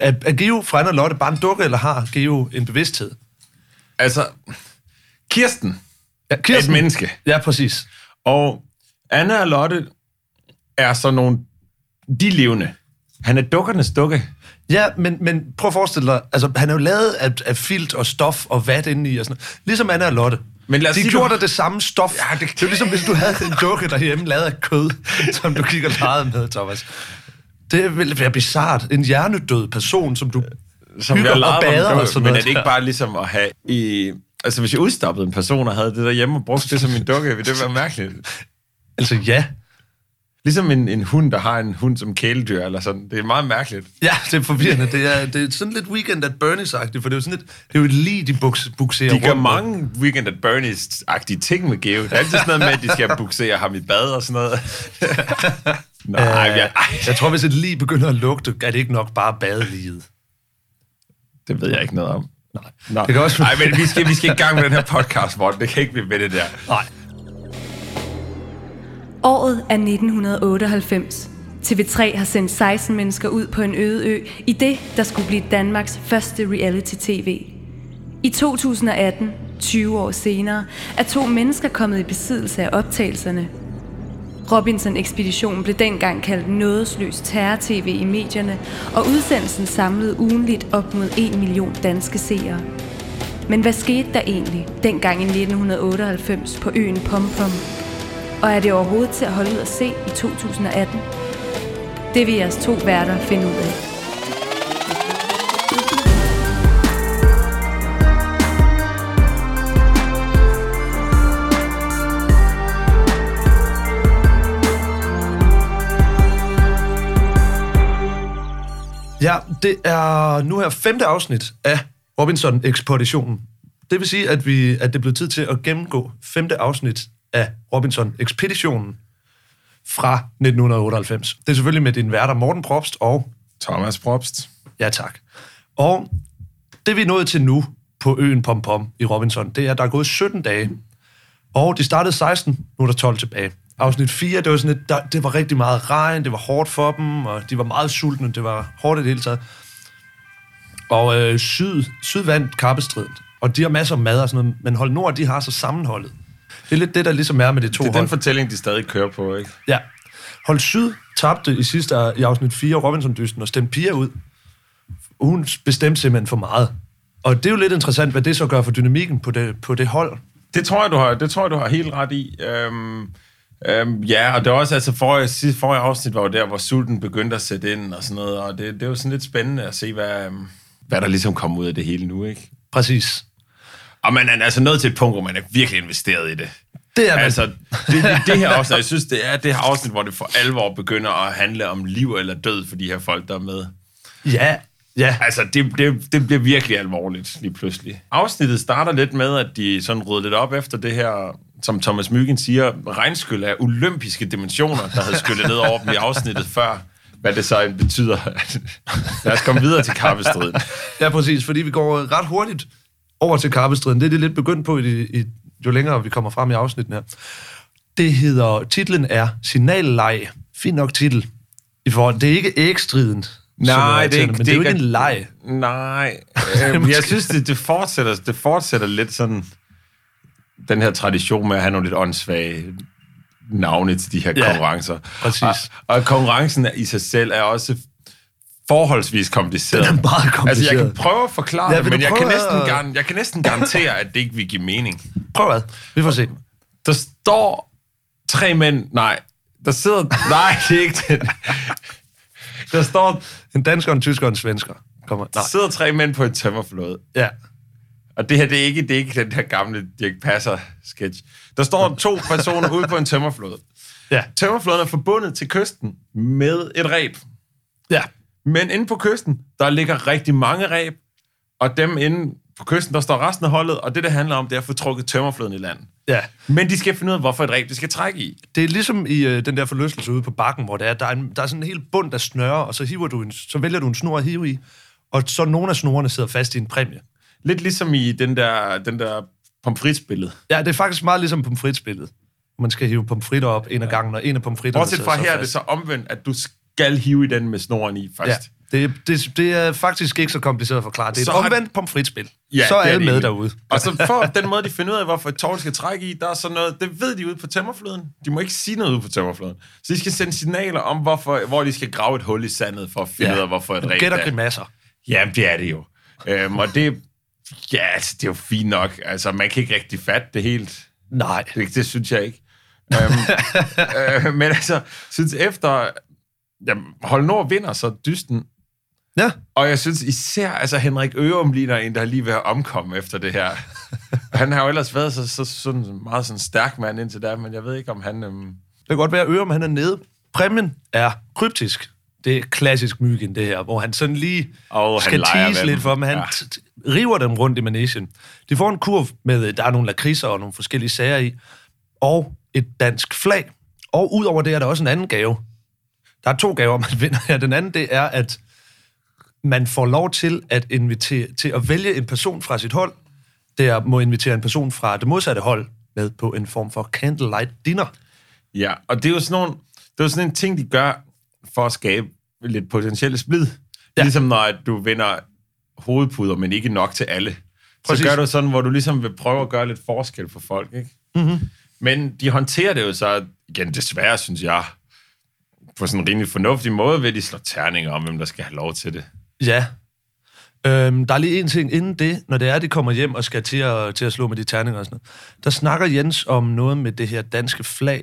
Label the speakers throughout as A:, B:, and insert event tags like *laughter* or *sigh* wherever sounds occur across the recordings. A: Er, er Geo fra Anna Lotte bare en dukke, eller har Geo en bevidsthed?
B: Altså, Kirsten,
A: Ja,
B: er et menneske.
A: Ja, præcis.
B: Og Anna og Lotte er sådan nogle... De er levende. Han er dukkernes dukke.
A: Ja, men, men prøv at forestille dig, altså han er jo lavet af, af filt og stof og vat indeni og sådan noget. Ligesom Anna og Lotte.
B: Men lad os
A: de
B: sige,
A: gjorde
B: du-
A: dig det samme stof. Ja, det... det er jo ligesom, hvis du havde en dukke derhjemme, lavet af kød, *laughs* som du gik og legede med, Thomas. Det ville være bizart. En hjernedød person, som du som hygger
B: jeg
A: og
B: legede
A: bader
B: om,
A: og sådan
B: Men
A: noget.
B: er det ikke bare ligesom at have i... Altså, hvis jeg udstoppede en person og havde det derhjemme og brugte det som min dukke, ville det være mærkeligt.
A: Altså ja.
B: Ligesom en, en hund, der har en hund som kæledyr eller sådan. Det er meget mærkeligt.
A: Ja, det er forvirrende. Det er, det er sådan lidt Weekend at Bernie's-agtigt, for det er jo sådan lidt, det er jo lige de buks, bukserer
B: De gør
A: rundt med.
B: mange Weekend at Bernie's-agtige ting med Geo. Der er altid sådan noget med, at de skal buksere ham i bad og sådan noget. *laughs* Nej,
A: Øh.
B: jeg, ej,
A: Jeg tror, hvis et lige begynder at lugte, er det ikke nok bare badeliget.
B: det ved jeg ikke noget om. Nej, Nej.
A: Det kan også-
B: Ej, men vi skal, vi skal i gang med den her podcast, Morten. Det kan ikke blive ved det der.
A: Nej.
C: Året er 1998. TV3 har sendt 16 mennesker ud på en øde ø i det, der skulle blive Danmarks første reality-tv. I 2018, 20 år senere, er to mennesker kommet i besiddelse af optagelserne. Robinson-ekspeditionen blev dengang kaldt nådesløs terror-tv i medierne, og udsendelsen samlede ugenligt op mod 1 million danske seere. Men hvad skete der egentlig dengang i 1998 på øen Pompom? Og er det overhovedet til at holde ud at se i 2018? Det vil jeres to værter finde ud af.
A: Ja, det er nu her femte afsnit af Robinson-ekspeditionen. Det vil sige, at, vi, at det er blevet tid til at gennemgå femte afsnit af Robinson-ekspeditionen fra 1998. Det er selvfølgelig med din værter Morten Propst og...
B: Thomas Probst.
A: Ja, tak. Og det vi er nået til nu på øen Pom Pom i Robinson, det er, at der er gået 17 dage. Og de startede 16, nu er der 12 tilbage. Afsnit 4, det var sådan et, der, det var rigtig meget regn, det var hårdt for dem, og de var meget sultne, det var hårdt i det hele taget. Og øh, syd, syd vandt kappestriden, og de har masser af mad og sådan noget, men hold nord, de har så sammenholdet. Det er lidt det, der ligesom er med de to
B: Det er
A: hold.
B: den fortælling, de stadig kører på, ikke?
A: Ja. Hold Syd tabte i sidste i afsnit 4 Robinson-dysten og stemte Pia ud. Hun bestemte simpelthen for meget. Og det er jo lidt interessant, hvad det så gør for dynamikken på det, på det hold.
B: Det tror jeg, du har, det tror jeg, du har helt ret i. Øhm, øhm, ja, og det er også, altså forrige, sidste, forrige afsnit var jo der, hvor sulten begyndte at sætte ind og sådan noget, og det, det er jo sådan lidt spændende at se, hvad, øhm, hvad der ligesom kommer ud af det hele nu, ikke?
A: Præcis.
B: Og man er altså nået til et punkt, hvor man er virkelig investeret i det.
A: Det er man.
B: Altså, det, det, det her afsnit, jeg synes, det er det her afsnit, hvor det for alvor begynder at handle om liv eller død for de her folk, der er med.
A: Ja, ja.
B: Altså, det, det, det bliver virkelig alvorligt lige pludselig. Afsnittet starter lidt med, at de sådan rydder lidt op efter det her, som Thomas Myggen siger, regnskyld af olympiske dimensioner, der havde skyllet ned over dem i afsnittet før. Hvad det så end betyder. Lad os komme videre til kappestriden.
A: Ja, præcis, fordi vi går ret hurtigt over til karpestriden. Det er det lidt begyndt på, i, de- i, jo længere vi kommer frem i afsnitten her. Det hedder, titlen er Signalleg. Fin nok titel. I forhold, det er ikke ægstriden. som
B: Nej,
A: irriterende,
B: det er, ikke,
A: men det er jo ikke en leg.
B: Nej.
A: *laughs*
B: Øhm, jeg synes, det, det, fortsætter, det fortsætter lidt sådan... Den her tradition med at have nogle lidt åndssvage navne til de her
A: Ja,
B: konkurrencer.
A: præcis.
B: Og, og konkurrencen i sig selv er også forholdsvis kompliceret.
A: Den er meget
B: Altså, jeg kan
A: kompliceret.
B: prøve at forklare
A: Ja,
B: ja, det,
A: vil
B: men
A: du
B: jeg kan,
A: prøve
B: næsten
A: at-
B: gar- jeg kan næsten garantere, at det ikke vil give mening.
A: Prøv ad. Vi får se.
B: Der står tre mænd... Nej, der sidder... Nej, det er ikke det. Der står...
A: En dansker, en tysker og en svensker. Kommer.
B: Der
A: Nej.
B: sidder tre mænd på en tømmerflåde.
A: Ja.
B: Og det her, det er ikke, det er ikke den her gamle Dirk Passer-sketch. Der står to personer ude på en tømmerflåde.
A: Ja.
B: Tømmerflåden er forbundet til kysten med et ræb.
A: Ja.
B: Men inde på kysten, der ligger rigtig mange ræb, og dem inde på kysten, der står resten af holdet, og det, det handler om, det er at få trukket tømmerflåden i land.
A: Ja.
B: Men de skal finde ud af, hvorfor et ræb de skal trække i.
A: Det er ligesom i øh, den der forlystelse ude på bakken, hvor det er, der, er en, der er sådan en hel bund, der snører, og så, hiver du en, så vælger du en snor at hive i, og så nogle af snorene sidder fast i en præmie.
B: Lidt ligesom i den der, den der pomfritspillet.
A: Ja, det er faktisk meget ligesom pomfritspillet. Man skal hive pomfritter op en af gangen, og en af pomfritterne
B: Bortset fra
A: så
B: her er
A: fast.
B: det så omvendt, at du skal hive i den med snoren i først.
A: Ja.
B: Ja.
A: Det, det, det er faktisk ikke så kompliceret at forklare. Det er
B: Så
A: så
B: har-
A: et omvendt pomfritspil.
B: Ja,
A: så er
B: det er
A: alle
B: det
A: med
B: egentlig.
A: derude.
B: Og så for den måde, de finder ud af, hvorfor et tårn skal trække i, der er sådan noget, det ved de ude på tømmerfløden. De må ikke sige noget ude på tømmerfløden. Så de skal sende signaler om, hvorfor, hvor de skal grave et hul i sandet for at finde ja. ud af, hvorfor et
A: Gæt og
B: rigtigt
A: grimasser.
B: Jamen, det er det jo. Øhm, og det, ja, altså, det er jo fint nok. Altså, man kan ikke rigtig fatte det helt.
A: Nej.
B: Det, det synes jeg ikke.
A: *laughs*
B: øhm, øh, men altså, synes efter... Jamen, Hold Nord vinder så dysten.
A: Ja.
B: Og jeg synes især, altså Henrik Ørum ligner en, der er lige ved at omkomme efter det her. han har jo ellers været så, så sådan en meget sådan stærk mand indtil da, men jeg ved ikke, om han... Øhm,
A: Det kan godt være, at Ørum han er nede. Præmien er kryptisk. Det er klassisk myggen, det her, hvor han sådan lige
B: Åh, han
A: skal
B: leger
A: tease
B: med
A: lidt
B: dem.
A: for dem. Han
B: Ja.
A: ja. river dem rundt i manesien. De får en kurv med, øh, der er nogle lakridser og nogle forskellige sager i, og et dansk flag. Og udover det er der også en anden gave. Der er to gaver, *laughs* man vinder her. Den anden, det er, at man får lov til at, invitere, til at vælge en person fra sit hold, der må invitere en person fra det modsatte hold med på en form for candlelight dinner.
B: ja, og det er jo sådan, nogle, det er jo sådan en ting, de gør for at skabe lidt potentielle splid. Ja.
A: Ja.
B: Ligesom når at du vinder hovedpuder, men ikke nok til alle. Præcis.
A: Præcis.
B: Så gør du sådan, hvor du ligesom vil prøve at gøre lidt forskel på folk, ikke? Mm-hmm. Men de håndterer det jo så, igen desværre, synes jeg, på sådan en rimelig fornuftig måde, ved at de slår terninger om, hvem der skal have lov til det.
A: Ja. Øhm, der er lige en ting inden det, når det er, de kommer hjem og skal til at, til at slå med de terninger og sådan noget. Der snakker Jens om noget med det her danske flag.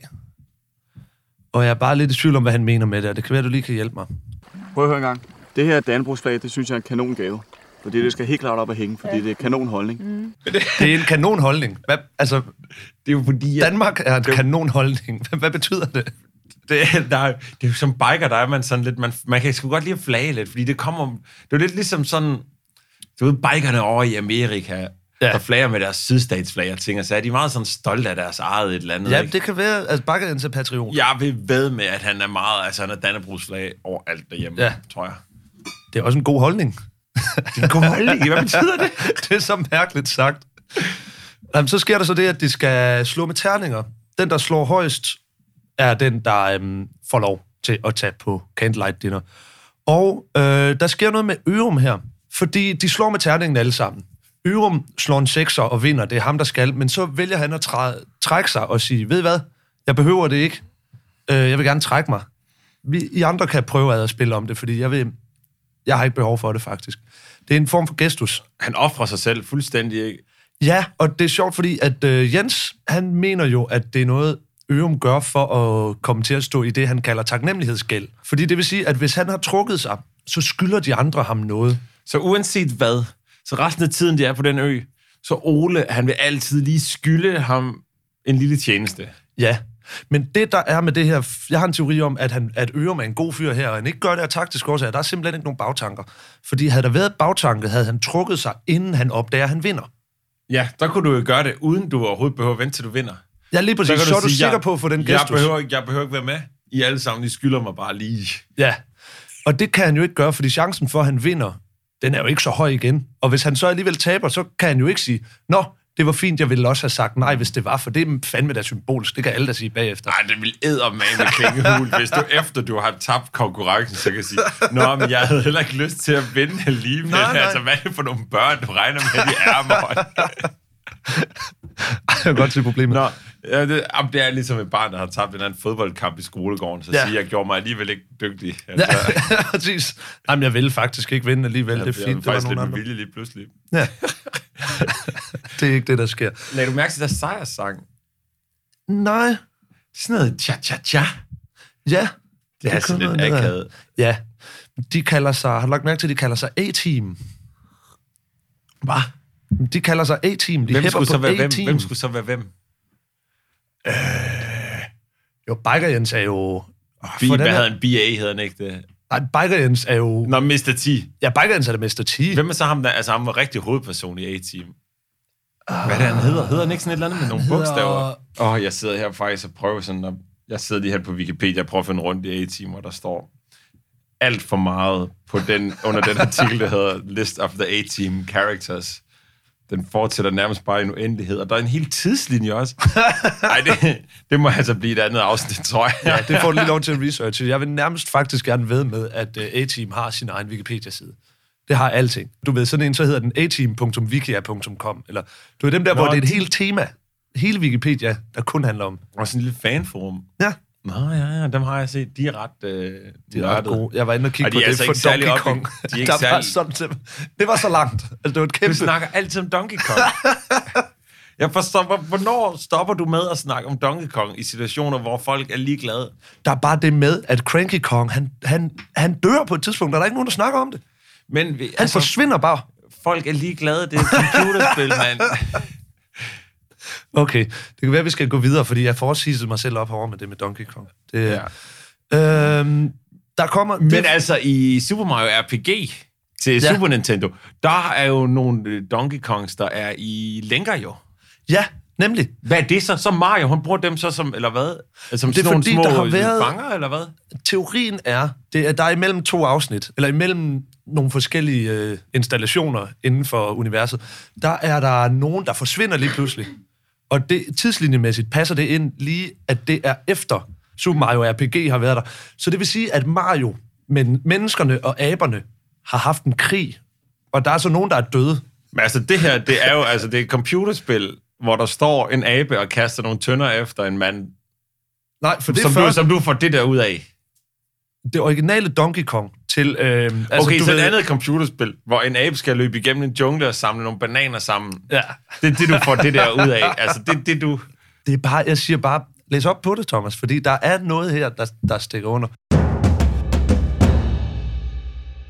A: Og jeg er bare lidt i tvivl om, hvad han mener med det, og det kan være, du lige kan hjælpe mig.
D: Prøv at høre en gang. Det her Dannebrogsflag, det synes jeg er en kanongave. Fordi det skal helt klart op at hænge, fordi det er kanonholdning.
E: Mm.
A: Det er en kanonholdning. Hvad, altså,
B: Det er jo fordi,
A: Danmark er en kanonholdning. Hvad, hvad betyder det?
B: det, *laughs* der, er- det er jo som biker, der er man sådan lidt, man, man kan sgu godt lide at flage lidt, fordi det kommer, det er jo lidt ligesom sådan, du ved, bikerne over i Amerika, ja.
A: Ja.
B: der flager med deres sydstatsflag og ting, og så er de meget sådan stolte af deres eget et eller andet.
A: Ja,
B: ikke?
A: det kan være, altså bakker den til Patreon.
B: Jeg vil ved med, at han er meget, altså han er Dannebrogsflag overalt derhjemme, ja.
A: Ja.
B: tror jeg.
A: Det er også en god holdning.
B: Det er en god holdning,
A: *laughs*
B: hvad betyder det?
A: det er så mærkeligt sagt. Jamen, så sker der så det, at de skal slå med terninger. Den, der slår højst, er den, der øhm, får lov til at tage på candlelight dinner. Og øh, der sker noget med Ørum her, fordi de slår med terningen alle sammen. Ørum slår en sekser og vinder, det er ham, der skal, men så vælger han at træ- trække sig og sige, ved I hvad, jeg behøver det ikke, øh, jeg vil gerne trække mig. Vi, I andre kan prøve ad at spille om det, fordi jeg, vil, jeg har ikke behov for det faktisk. Det er en form for gestus.
B: Han offrer sig selv fuldstændig, ikke?
A: Ja, og det er sjovt, fordi at øh, Jens, han mener jo, at det er noget, Ørum gør for at komme til at stå i det, han kalder taknemmelighedsgæld. Fordi det vil sige, at hvis han har trukket sig, så skylder de andre ham noget.
B: Så uanset hvad, så resten af tiden, de er på den ø, så Ole, han vil altid lige skylde ham en lille tjeneste.
A: Ja. Men det, der er med det her... Jeg har en teori om, at, han, at Ørum er en god fyr her, og han ikke gør det af taktisk årsager. Der er simpelthen ikke nogen bagtanker. Fordi havde der været bagtanke, havde han trukket sig, inden han opdager, at han vinder.
B: Ja, der kunne du jo gøre det, uden du overhovedet behøver at vente, til du vinder.
A: Ja, lige præcis.
B: kan
A: Altså, Så, så er du
B: sige,
A: sikker
B: jeg-
A: på at få den gestus.
B: Jeg behøver, ikke- jeg behøver ikke være med. I alle sammen, I skylder mig bare lige.
A: Ja, og det kan han jo ikke gøre, fordi chancen for, at han vinder, den er jo ikke så høj igen. Og hvis han så alligevel taber, så kan han jo ikke sige, nå, det var fint, jeg ville også have sagt nej, hvis det var, for det er fandme da symbolsk, det kan alle da sige bagefter.
B: Nej, det vil eddermame klinge hul, hvis du efter du har tabt konkurrencen, så kan sige, Nå, men jeg havde heller ikke lyst til at vinde alligevel. Nej,
A: Nej,
B: nej.
A: nej.
B: Altså, hvad er det for nogle børn, du regner med, de er mig?
A: *laughs* Jeg kan godt se problemet.
B: Nå, ja, det, jamen, det er ligesom et barn, der har tabt en eller anden fodboldkamp i skolegården, så ja.
A: Ja.
B: siger, jeg gjorde mig alligevel ikke dygtig. Altså,
A: *laughs* Ja,
B: ja.
A: præcis. Jamen, jeg ville faktisk ikke vinde alligevel, det
B: Det
A: er fint, det var
B: faktisk
A: nogen
B: lidt med
A: andre.
B: vilje lige pludselig.
A: Ja. *laughs* det er ikke det, der sker.
B: Lagde du mærke til deres sejrssang? Det
A: Nej,
B: er sådan noget cha-cha-cha.
A: ja.
B: Det er
A: kom
B: sådan lidt
A: noget ned ad.
B: akavet.
A: Ja. De kalder sig, har du lagt mærke til, de kalder sig A-Team?
B: Hvad?
A: De kalder sig A-Team. De
B: Hvem
A: hepper
B: skulle,
A: på
B: så være hvem?
A: A-Team.
B: hvem skulle så være hvem?
A: Jo, Biker Jens er jo... Oh,
B: B, hvad havde han? BA hed han ikke det?
A: Nej, Biker Jens er jo...
B: Nå, Mr. T.
A: Ja, Biker Jens er det Mr. T. Hvem?
B: Hvem er så ham, der altså, ham var rigtig hovedperson i A-Team? Hvad er det, han hedder? Hedder han ikke sådan et eller andet med nogle
A: hedder-
B: bogstaver? Åh, oh, jeg sidder her faktisk og prøver sådan at... Jeg sidder lige her på Wikipedia og prøver at finde rundt i A-Team, og der står alt for meget på den, under den artikel, der hedder List of the A-Team Characters. Den fortsætter nærmest bare i en uendelighed, og der er en hel tidslinje *laughs* også. Nej, det, det må altså blive et andet afsnit, tror jeg.
A: Ja, det får du lige lov til at researche. Jeg vil nærmest faktisk gerne ved med, at øh, A-Team har sin egen Wikipedia-side. Det har alting. Du ved, sådan en, så hedder den ateam.wikia.com. Eller, du ved, dem der, Nå, hvor det er et helt tema. Hele Wikipedia, der kun handler om.
B: Og sådan en lille fanforum.
A: Ja,
B: Nå, ja, ja, dem har jeg set. De er ret øh,
A: de er ret
B: nørdede.
A: gode. Jeg var inde og kigge
B: Ej, de
A: på
B: er
A: det
B: altså
A: for
B: ikke særlig
A: Donkey
B: op i-
A: Kong. *laughs*
B: de er ikke
A: der var
B: særlig-
A: sådan, til- det var så langt. Altså, det var et
B: Du
A: kæmpe...
B: snakker altid om Donkey Kong. *laughs* Jeg forstår, hvor- hvornår stopper du med at snakke om Donkey Kong i situationer, hvor folk er ligeglade?
A: Der er bare det med, at Cranky Kong, han, han, han dør på et tidspunkt, og der er ikke nogen, der snakker om det.
B: Men vi-
A: Han altså, forsvinder bare.
B: folk er ligeglade. Det er et *laughs* computerspil, mand.
A: Okay, det kan være, at vi skal gå videre, fordi jeg forsidsede mig selv op herovre med det med Donkey Kong. Det, ja. øhm, der kommer...
B: Men altså, i Super Mario RPG til ja. Super Nintendo, der er jo nogle øh, Donkey Kongs, der er i længere jo.
A: Ja, nemlig.
B: Hvad er det så? Så Mario, han bruger dem så som, eller hvad? Altså, som
A: Det er
B: sådan nogle
A: fordi,
B: små
A: der har
B: øh,
A: været-
B: fanger, eller hvad?
A: Teorien er, det er, der er imellem to afsnit, eller imellem nogle forskellige øh, installationer inden for universet, der er der nogen, der forsvinder lige pludselig. Og det, tidslinjemæssigt passer det ind lige, at det er efter Super Mario RPG har været der. Så det vil sige, at Mario, men menneskerne og aberne, har haft en krig, og der er så nogen, der er døde.
B: Men altså, det her, det er jo altså, det er et computerspil, hvor der står en abe og kaster nogle tønder efter en mand,
A: Nej, for det er
B: som,
A: først...
B: du, som du får det der ud af.
A: det originale Donkey Kong til... Øh, altså,
B: Altså, okay, så ved... et andet computerspil, hvor en abe skal løbe igennem en jungle og samle nogle bananer sammen.
A: Ja.
B: Det er det, du får det der ud af. Altså, det det, du...
A: Det er bare, jeg siger bare, læs op på det, Thomas, fordi der er noget her, der, der stikker under.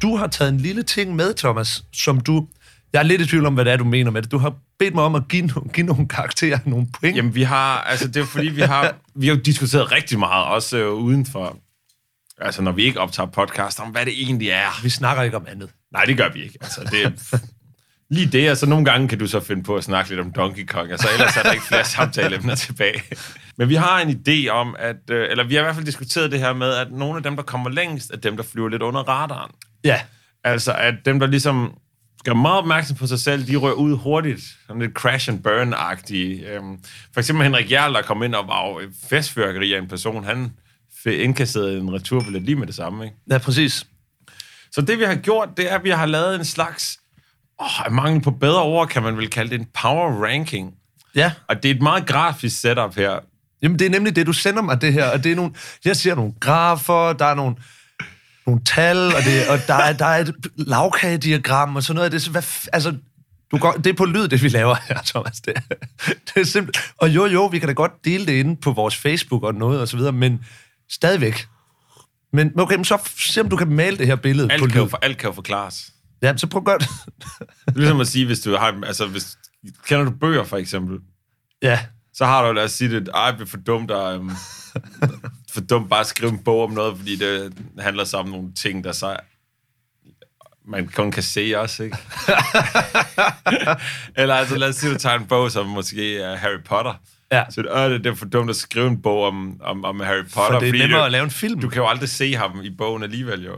A: Du har taget en lille ting med, Thomas, som du... Jeg er lidt i tvivl om, hvad det er, du mener med det. Du har bedt mig om at give, no- give nogle karakterer, nogle point. Jamen.
B: Jamen, vi har... Altså, det er fordi, vi har... Vi har jo diskuteret rigtig meget, også øh, uden for... Altså, når vi ikke optager podcast, om hvad det egentlig er.
A: Vi snakker ikke om andet.
B: Nej, det gør vi ikke. Altså, det er... Lige det, altså nogle gange kan du så finde på at snakke lidt om Donkey Kong, altså ellers er der ikke flere samtaleemner tilbage. Men vi har en idé om, at, øh, eller vi har i hvert fald diskuteret det her med, at nogle af dem, der kommer længst, er dem, der flyver lidt under radaren.
A: Ja,
B: Altså, at dem, der ligesom skal være meget opmærksom på sig selv, de rører ud hurtigt. Sådan lidt crash and burn-agtige. Øhm, for eksempel Henrik Jarl, der kom ind og var jo et festfyrkeri af en person, han fik indkasseret en returbillet lige med det samme, ikke?
A: ja præcis.
B: Så det, vi har gjort, det er, at vi har lavet en slags... Åh, af mangel på bedre ord, kan man vel kalde det en power ranking.
A: Ja,
B: Og det er et meget grafisk setup her.
A: Jamen, det er nemlig det, du sender mig det her, og det er nogle, jeg ser nogle grafer, der er nogle, nogle tal, og, det, og der, er, der er et lavkagediagram og sådan noget. Det er, så- hvad, f- altså, du går, det er på lyd, det vi laver her, Thomas. Det, det er simpelthen. Og jo, jo, vi kan da godt dele det inde på vores Facebook og noget og så videre, men stadigvæk. Men men okay, men så f- se om du kan male det her billede på
B: Alt kan,
A: lyd.
B: jo, for, alt kan jo forklares.
A: Ja, så prøv at gøre det.
B: Det er ligesom at sige, hvis du har... Altså, hvis, kender du bøger, for eksempel?
A: Ja, så
B: så har du, lad os sige det, ej, jeg bliver for dumt, og,
A: *laughs*
B: øhm, for dumt bare at skrive en bog om noget, fordi det handler så om nogle ting, der så man kun kan se
A: *laughs*
B: også, ikke? Eller altså, lad os sige, du tager en bog, som måske er Harry Potter.
A: Ja.
B: Så øh, det, det er for dumt at skrive en bog om, om, om Harry Potter.
A: for det er
B: fordi
A: nemmere
B: du,
A: at lave en film.
B: Du kan jo aldrig se ham i bogen alligevel, jo.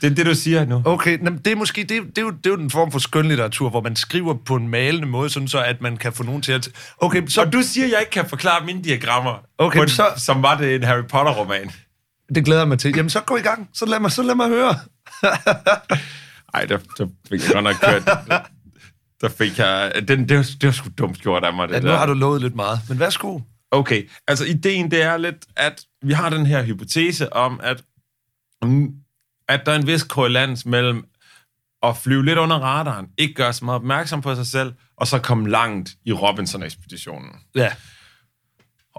B: Det er det, du siger nu.
A: Okay, jamen, det er måske det, det, er jo, det er jo en form for skønlitteratur, hvor man skriver på en malende måde, sådan så at man kan få nogen til at... Okay,
B: Så
A: så
B: og du siger, at jeg ikke kan forklare mine diagrammer,
A: Okay,
B: på en,
A: så-
B: som var det en Harry Potter-roman.
A: det glæder jeg mig til. Jamen, så gå i gang. Så lad mig, så lad mig høre.
B: Ej, der, der fik jeg godt nok kørt. Der fik jeg... Den, det, var, det var sgu dumt gjort af mig, det
A: Ja, nu
B: der.
A: har du lovet lidt meget, men værsgo.
B: Okay, altså ideen det er lidt, at vi har den her hypotese om, at, mm, at der er en vis korrelans mellem at flyve lidt under radaren, ikke gøre så meget opmærksom på sig selv, og så komme langt i Robinson-ekspeditionen.
A: Ja.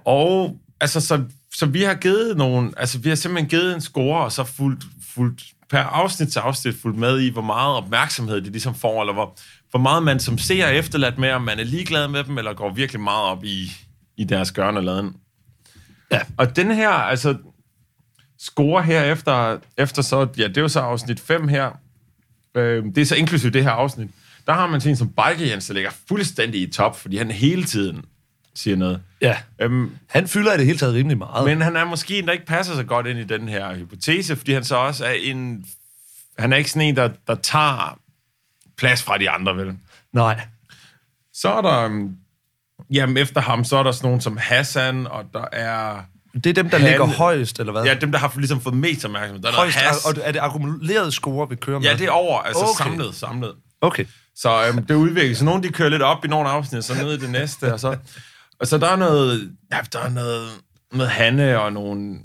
B: Og altså, så, så vi har givet nogle, altså vi har simpelthen givet en score, og så fuldt, fuldt per afsnit til afsnit fuldt med i, hvor meget opmærksomhed de ligesom får, eller hvor, hvor meget man som ser er efterladt med, om man er ligeglad med dem, eller går virkelig meget op i, i deres gørne og laden. Ja. Og den her, altså, score her efter, efter så, ja, det er jo så afsnit 5 her, øh, det er så inklusive det her afsnit, der har man sådan en som Biker Jens, der ligger fuldstændig i top, fordi han hele tiden siger noget.
A: Ja.
B: Øhm,
A: Han fylder i det hele taget rimelig meget. Men...
B: men han er måske en, der ikke passer så godt ind i den her hypotese, fordi han så også er en... Han er ikke sådan en, der, der tager plads fra de andre, vel?
A: Nej.
B: Så er der... øhm, Jamen, efter ham, så er der sådan nogen som Hassan, og der er...
A: Det er dem, der
B: Han-
A: ligger højst, eller hvad?
B: Ja, dem, der har ligesom fået mest opmærksomhed. Der er noget
A: højst,
B: Hass.
A: og er det akkumulerede score, vi kører med?
B: Ja, det er over. Altså
A: Okay.
B: okay. samlet, samlet.
A: Okay.
B: Så øhm, det udvikles. Så nogle de kører lidt op i nogle afsnit, så ned i det næste. Og så, og så der er noget, ja, der er noget med Hanne og nogle...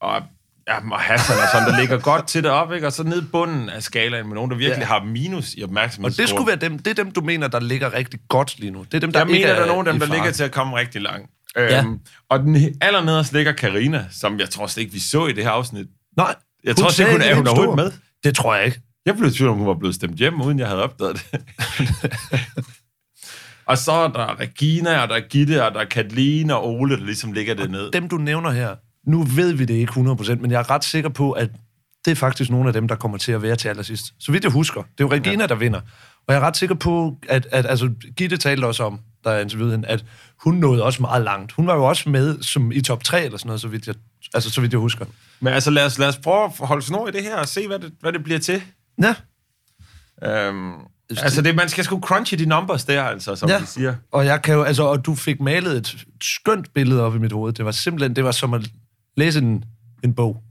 B: Og, ja, og Hassan og sådan, der ligger godt til det op, ikke? Og så ned i bunden af skalaen med nogen, der virkelig
A: Ja.
B: ja. har minus i opmærksomhed.
A: Og det skulle være dem, det er dem, du mener, der ligger rigtig godt lige nu. Det er dem, der
B: Der jeg
A: ikke
B: mener,
A: er
B: der er nogle af
A: i
B: dem, der
A: fare.
B: ligger til at komme rigtig langt. Øhm,
A: Ja.
B: ja. Og den he- allernederst ligger Karina, som jeg tror slet ikke, vi så i det her afsnit.
A: Nej.
B: Jeg tror slet
A: sagde
B: ikke, hun er-
A: helt
B: hun er overhovedet
A: stor. Det tror jeg ikke.
B: Jeg blev i tvivl om, hun var blevet stemt hjem, uden jeg havde opdaget det. *laughs* og så er der Regina, og der er Gitte, og der er Kathleen og Ole, der ligesom ligger det ned.
A: Dem, du nævner her, nu ved vi det ikke 100%, men jeg er ret sikker på, at det er faktisk nogle af dem, der kommer til at være til allersidst. Så vidt jeg husker. Det er jo Regina, ja. der vinder. Og jeg er ret sikker på, at, at altså, Gitte talte også om, der er interviewet hende, at hun nåede også meget langt. Hun var jo også med som i top 3 eller sådan noget, så vidt jeg, altså, så vidt jeg husker.
B: Men altså, lad os, lad os prøve at holde snor i det her og se, hvad det, hvad det bliver til.
A: Ja,
B: Øhm, altså, det, man skal sgu crunche de numbers der, altså, som
A: Ja.
B: ja. de siger.
A: og jeg kan jo, altså, og du fik malet et skønt billede op i mit hoved. Det var simpelthen, det var som at læse en, en bog.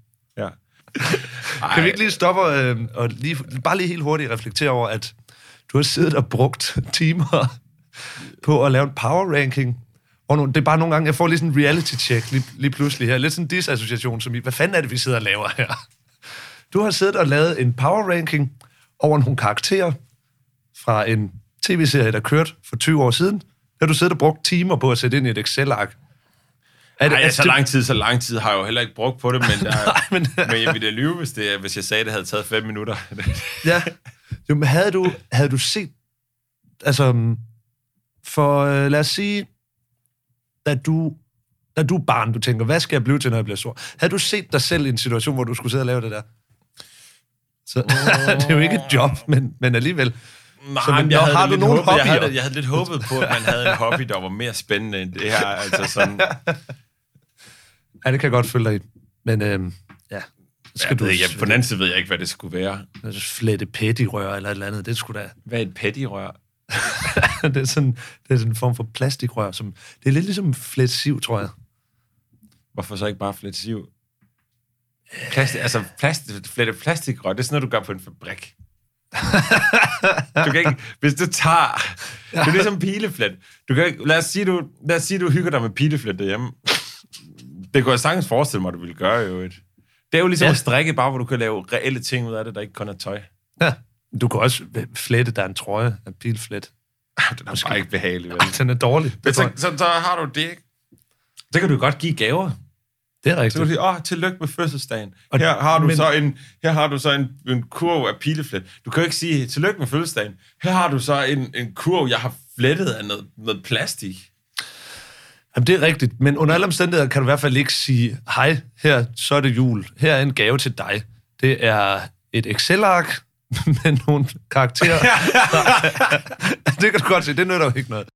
A: *laughs*
B: Ja.
A: Kan vi ikke lige stoppe og, øh, og lige, bare lige helt hurtigt reflektere over, at du har siddet og brugt *laughs* timer på at lave en power ranking? Og nu, det er bare nogle gange, jeg får lige sådan en reality check lige, lige pludselig her. Lidt sådan en disassociation, som i, hvad fanden er det, vi sidder og laver her? Du har siddet og lavet en power ranking over nogle karakterer fra en tv-serie, der kørte for 20 år siden. Der har du siddet og brugt timer på at sætte ind i et Excel-ark. Er
B: Ej,
A: altså,
B: så lang tid, så lang tid har jeg jo heller ikke brugt på det,
A: *laughs*
B: men, der,
A: Nej, men-
B: men jeg ville da lyve, hvis, det, hvis jeg sagde, at det havde taget fem minutter.
A: *laughs* Ja. Jo, men havde du, havde du set... Altså, mm, for øh, lad os sige, at du, at du er barn, du tænker, hvad skal jeg blive til, når jeg bliver stor? Havde du set dig selv i en situation, hvor du skulle sidde og lave det der? Så, *laughs* det er jo ikke et job, men, men alligevel.
B: Nej,
A: Så, men
B: men
A: nå,
B: jeg havde,
A: har
B: da
A: du
B: lidt
A: nogen
B: håbet, jeg,
A: hobbyer?
B: havde, jeg havde lidt håbet på, at man havde en hobby, der var mere spændende end det her. Altså sådan,
A: Ja, det kan jeg godt følge dig i. Men øhm, ja, *laughs* skal
B: jeg
A: du
B: ved, ikke, jeg, på den anden side ved jeg ikke, hvad det skulle være.
A: altså, flette pæt i rør eller et eller andet, det skulle da... *laughs*
B: Hvad er et pettirør?
A: det, er sådan, det er sådan en form for plastikrør, som... Det er lidt ligesom flet siv, tror jeg.
B: Hvorfor så ikke bare fletiv? Plastik, altså plastik, flette plastikrør, det er sådan noget, du gør på en fabrik. du kan ikke, hvis du tager... Det er ligesom pileflet. Du kan ikke, lad, os sige, du, lad os sige, du hygger dig med pileflet derhjemme. Det kunne jeg sagtens forestille mig, du ville gøre jo et. Det er jo ligesom
A: Ja.
B: ja. at strikke, bare hvor du kan lave reelle ting ud af det, der ikke kun er tøj.
A: Ja. Du kan også flette, der er en trøje, en pilflet.
B: Ah, Den er
A: *laughs*
B: Måske. bare ikke behagelig, vel?
A: Den er dårlig.
B: *laughs* Men
A: Det,
B: så,
A: tror
B: så, så har du det, ikke? Så kan du godt give gaver.
A: jeg. det er
B: Så kan du
A: rigtigt.
B: sige, åh, tillykke med fødselsdagen.
A: Og-
B: her har du
A: men-
B: så en, her har du så en, en kurv af pileflet. Du kan jo ikke sige, tillykke med fødselsdagen. Her har du så en, en kurv, jeg har flettet af noget, noget plastik.
A: Jamen, det er rigtigt, men under alle omstændigheder kan du i hvert fald ikke sige, hej, her, så er det jul. Her er en gave til dig. Det er et Excel-ark *laughs* med nogle karakterer. *laughs* det kan du godt se, det nytter jo ikke noget.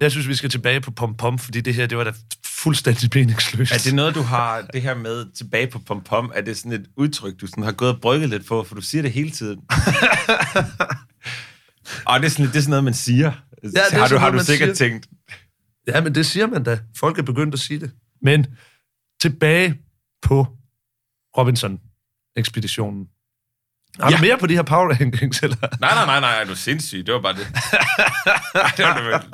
A: Jeg synes, vi skal tilbage på pom-pom, fordi det her, det var da fuldstændig meningsløst.
B: Er det noget, du *laughs* har det her med tilbage på pompom? Er det sådan et udtryk, du sådan har gået og brygget lidt på, for du siger det hele *laughs* tiden? og det er, sådan, lidt- det er sådan noget, man siger. Ja, det
A: sådan
B: har du, har
A: noget,
B: du
A: man
B: sikkert
A: siger.
B: tænkt.
A: Ja, men det siger man da. Folk er begyndt at sige det. Men tilbage på Robinson-ekspeditionen. Har ja.
B: Ja.
A: du mere på de her power rankings, eller?
B: Nej, nej, nej, nej, er du sindssyg? Det var bare det. Ej, det var det vel.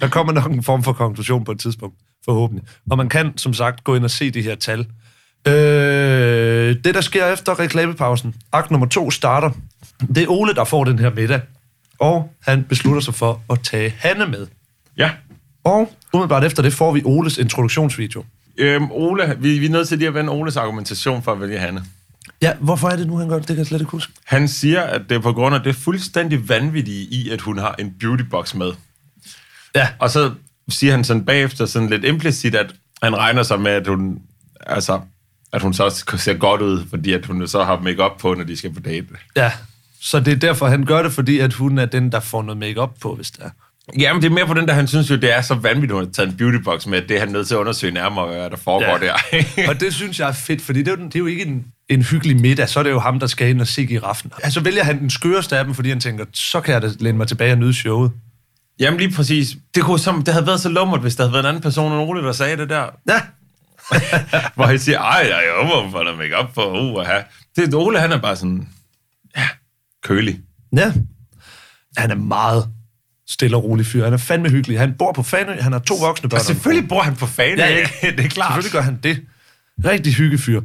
A: Der kommer nok en form for konklusion på et tidspunkt, forhåbentlig. Og man kan, som sagt, gå ind og se de her tal. Øh, det, der sker efter reklamepausen, akt nummer to starter. Det er Ole, der får den her middag, og han beslutter sig for at tage Hanne med.
B: Ja,
A: Og umiddelbart efter det får vi Oles introduktionsvideo.
B: Øhm, Ole, vi, vi er nødt til lige at vende Oles argumentation for at vælge Hanne.
A: Ja, hvorfor er det nu, han gør det? Det kan jeg slet ikke huske.
B: Han siger, at det er på grund af det fuldstændig vanvittige i, at hun har en beautybox med.
A: Ja.
B: Og så siger han sådan bagefter sådan lidt implicit, at han regner sig med, at hun, altså, at hun så også ser godt ud, fordi at hun jo så har makeup på, når de skal på date.
A: Ja, så det er derfor, han gør det, fordi at hun er den, der får noget makeup på, hvis det er.
B: Jamen, det er mere på den der, han synes jo, det er så vanvittigt, at hun har taget en beautybox med, at det er han nødt til at undersøge nærmere, hvad der foregår
A: Ja.
B: ja. der.
A: Og det synes jeg er fedt, fordi det er jo, den- det er jo ikke en en hyggelig middag, så er det jo ham, der skal ind og se giraffen. Altså vælger han den skøreste af dem, fordi han tænker, så kan jeg da læne mig tilbage og nyde showet.
B: Jamen lige præcis. Det, kunne, som, det havde været så lummert, hvis der havde været en anden person end Ole, der sagde det der.
A: Ja,
B: Hvor han siger, ej, jeg er jo for der make op for uh, her. Det, Ole, han er bare sådan, ja, kølig.
A: ja. Han er meget stille og rolig fyr. Han er fandme hyggelig. Han bor på Fanø, han har to voksne børn.
B: Og selvfølgelig bor han på fanden,
A: Ja, ja.
B: ikke? *laughs* Det er klart.
A: Selvfølgelig gør han det. Rigtig hyggefyr.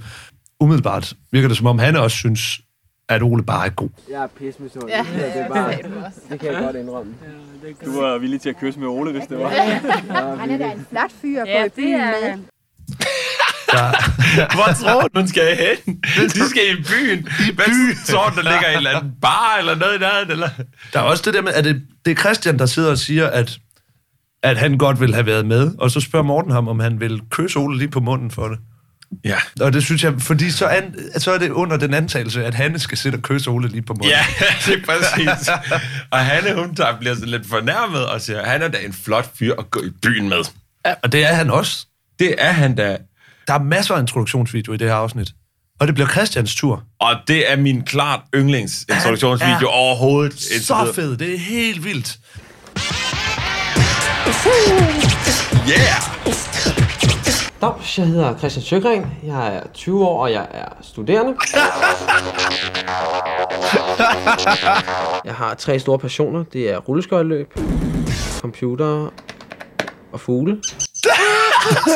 A: Umiddelbart virker det, som om han også synes, at Ole bare er god.
F: Jeg er pisse med sådan. Ja, det, er bare, det kan jeg godt indrømme.
D: Du var villig til at kysse med Ole, hvis det var.
G: Han er da en flot fyr at gå i byen med.
B: Hvor tror du, skal I hen? De skal i byen. I byen. Tror du, der ligger en eller anden bar eller noget i nærheden? Eller?
A: Der er også det der med, at det, det er Christian, der sidder og siger, at, at han godt vil have været med, og så spørger Morten ham, om han vil kysse Ole lige på munden for det.
B: Ja.
A: Og det synes jeg, fordi så, an, så er det under den antagelse, at Hanne skal sidde og kysse Ole lige på munden.
B: Ja, *laughs* det er præcis. Og Hanne, hun der bliver sådan lidt fornærmet og siger, han er da en flot fyr at gå i byen med.
A: Og det er han også.
B: Det er han da.
A: Der er masser af introduktionsvideo i det her afsnit. Og det bliver Christians tur.
B: Og det er min klart yndlingsinstruktionsvideo
A: er
B: overhovedet. indtil
A: Så
B: videre.
A: fed, det er helt vildt.
B: Yeah!
H: Dags, jeg hedder Christian Søgren, jeg er 20 år, og jeg er studerende. Jeg har tre store passioner. Det er rulleskøjteløb, computer og fugle.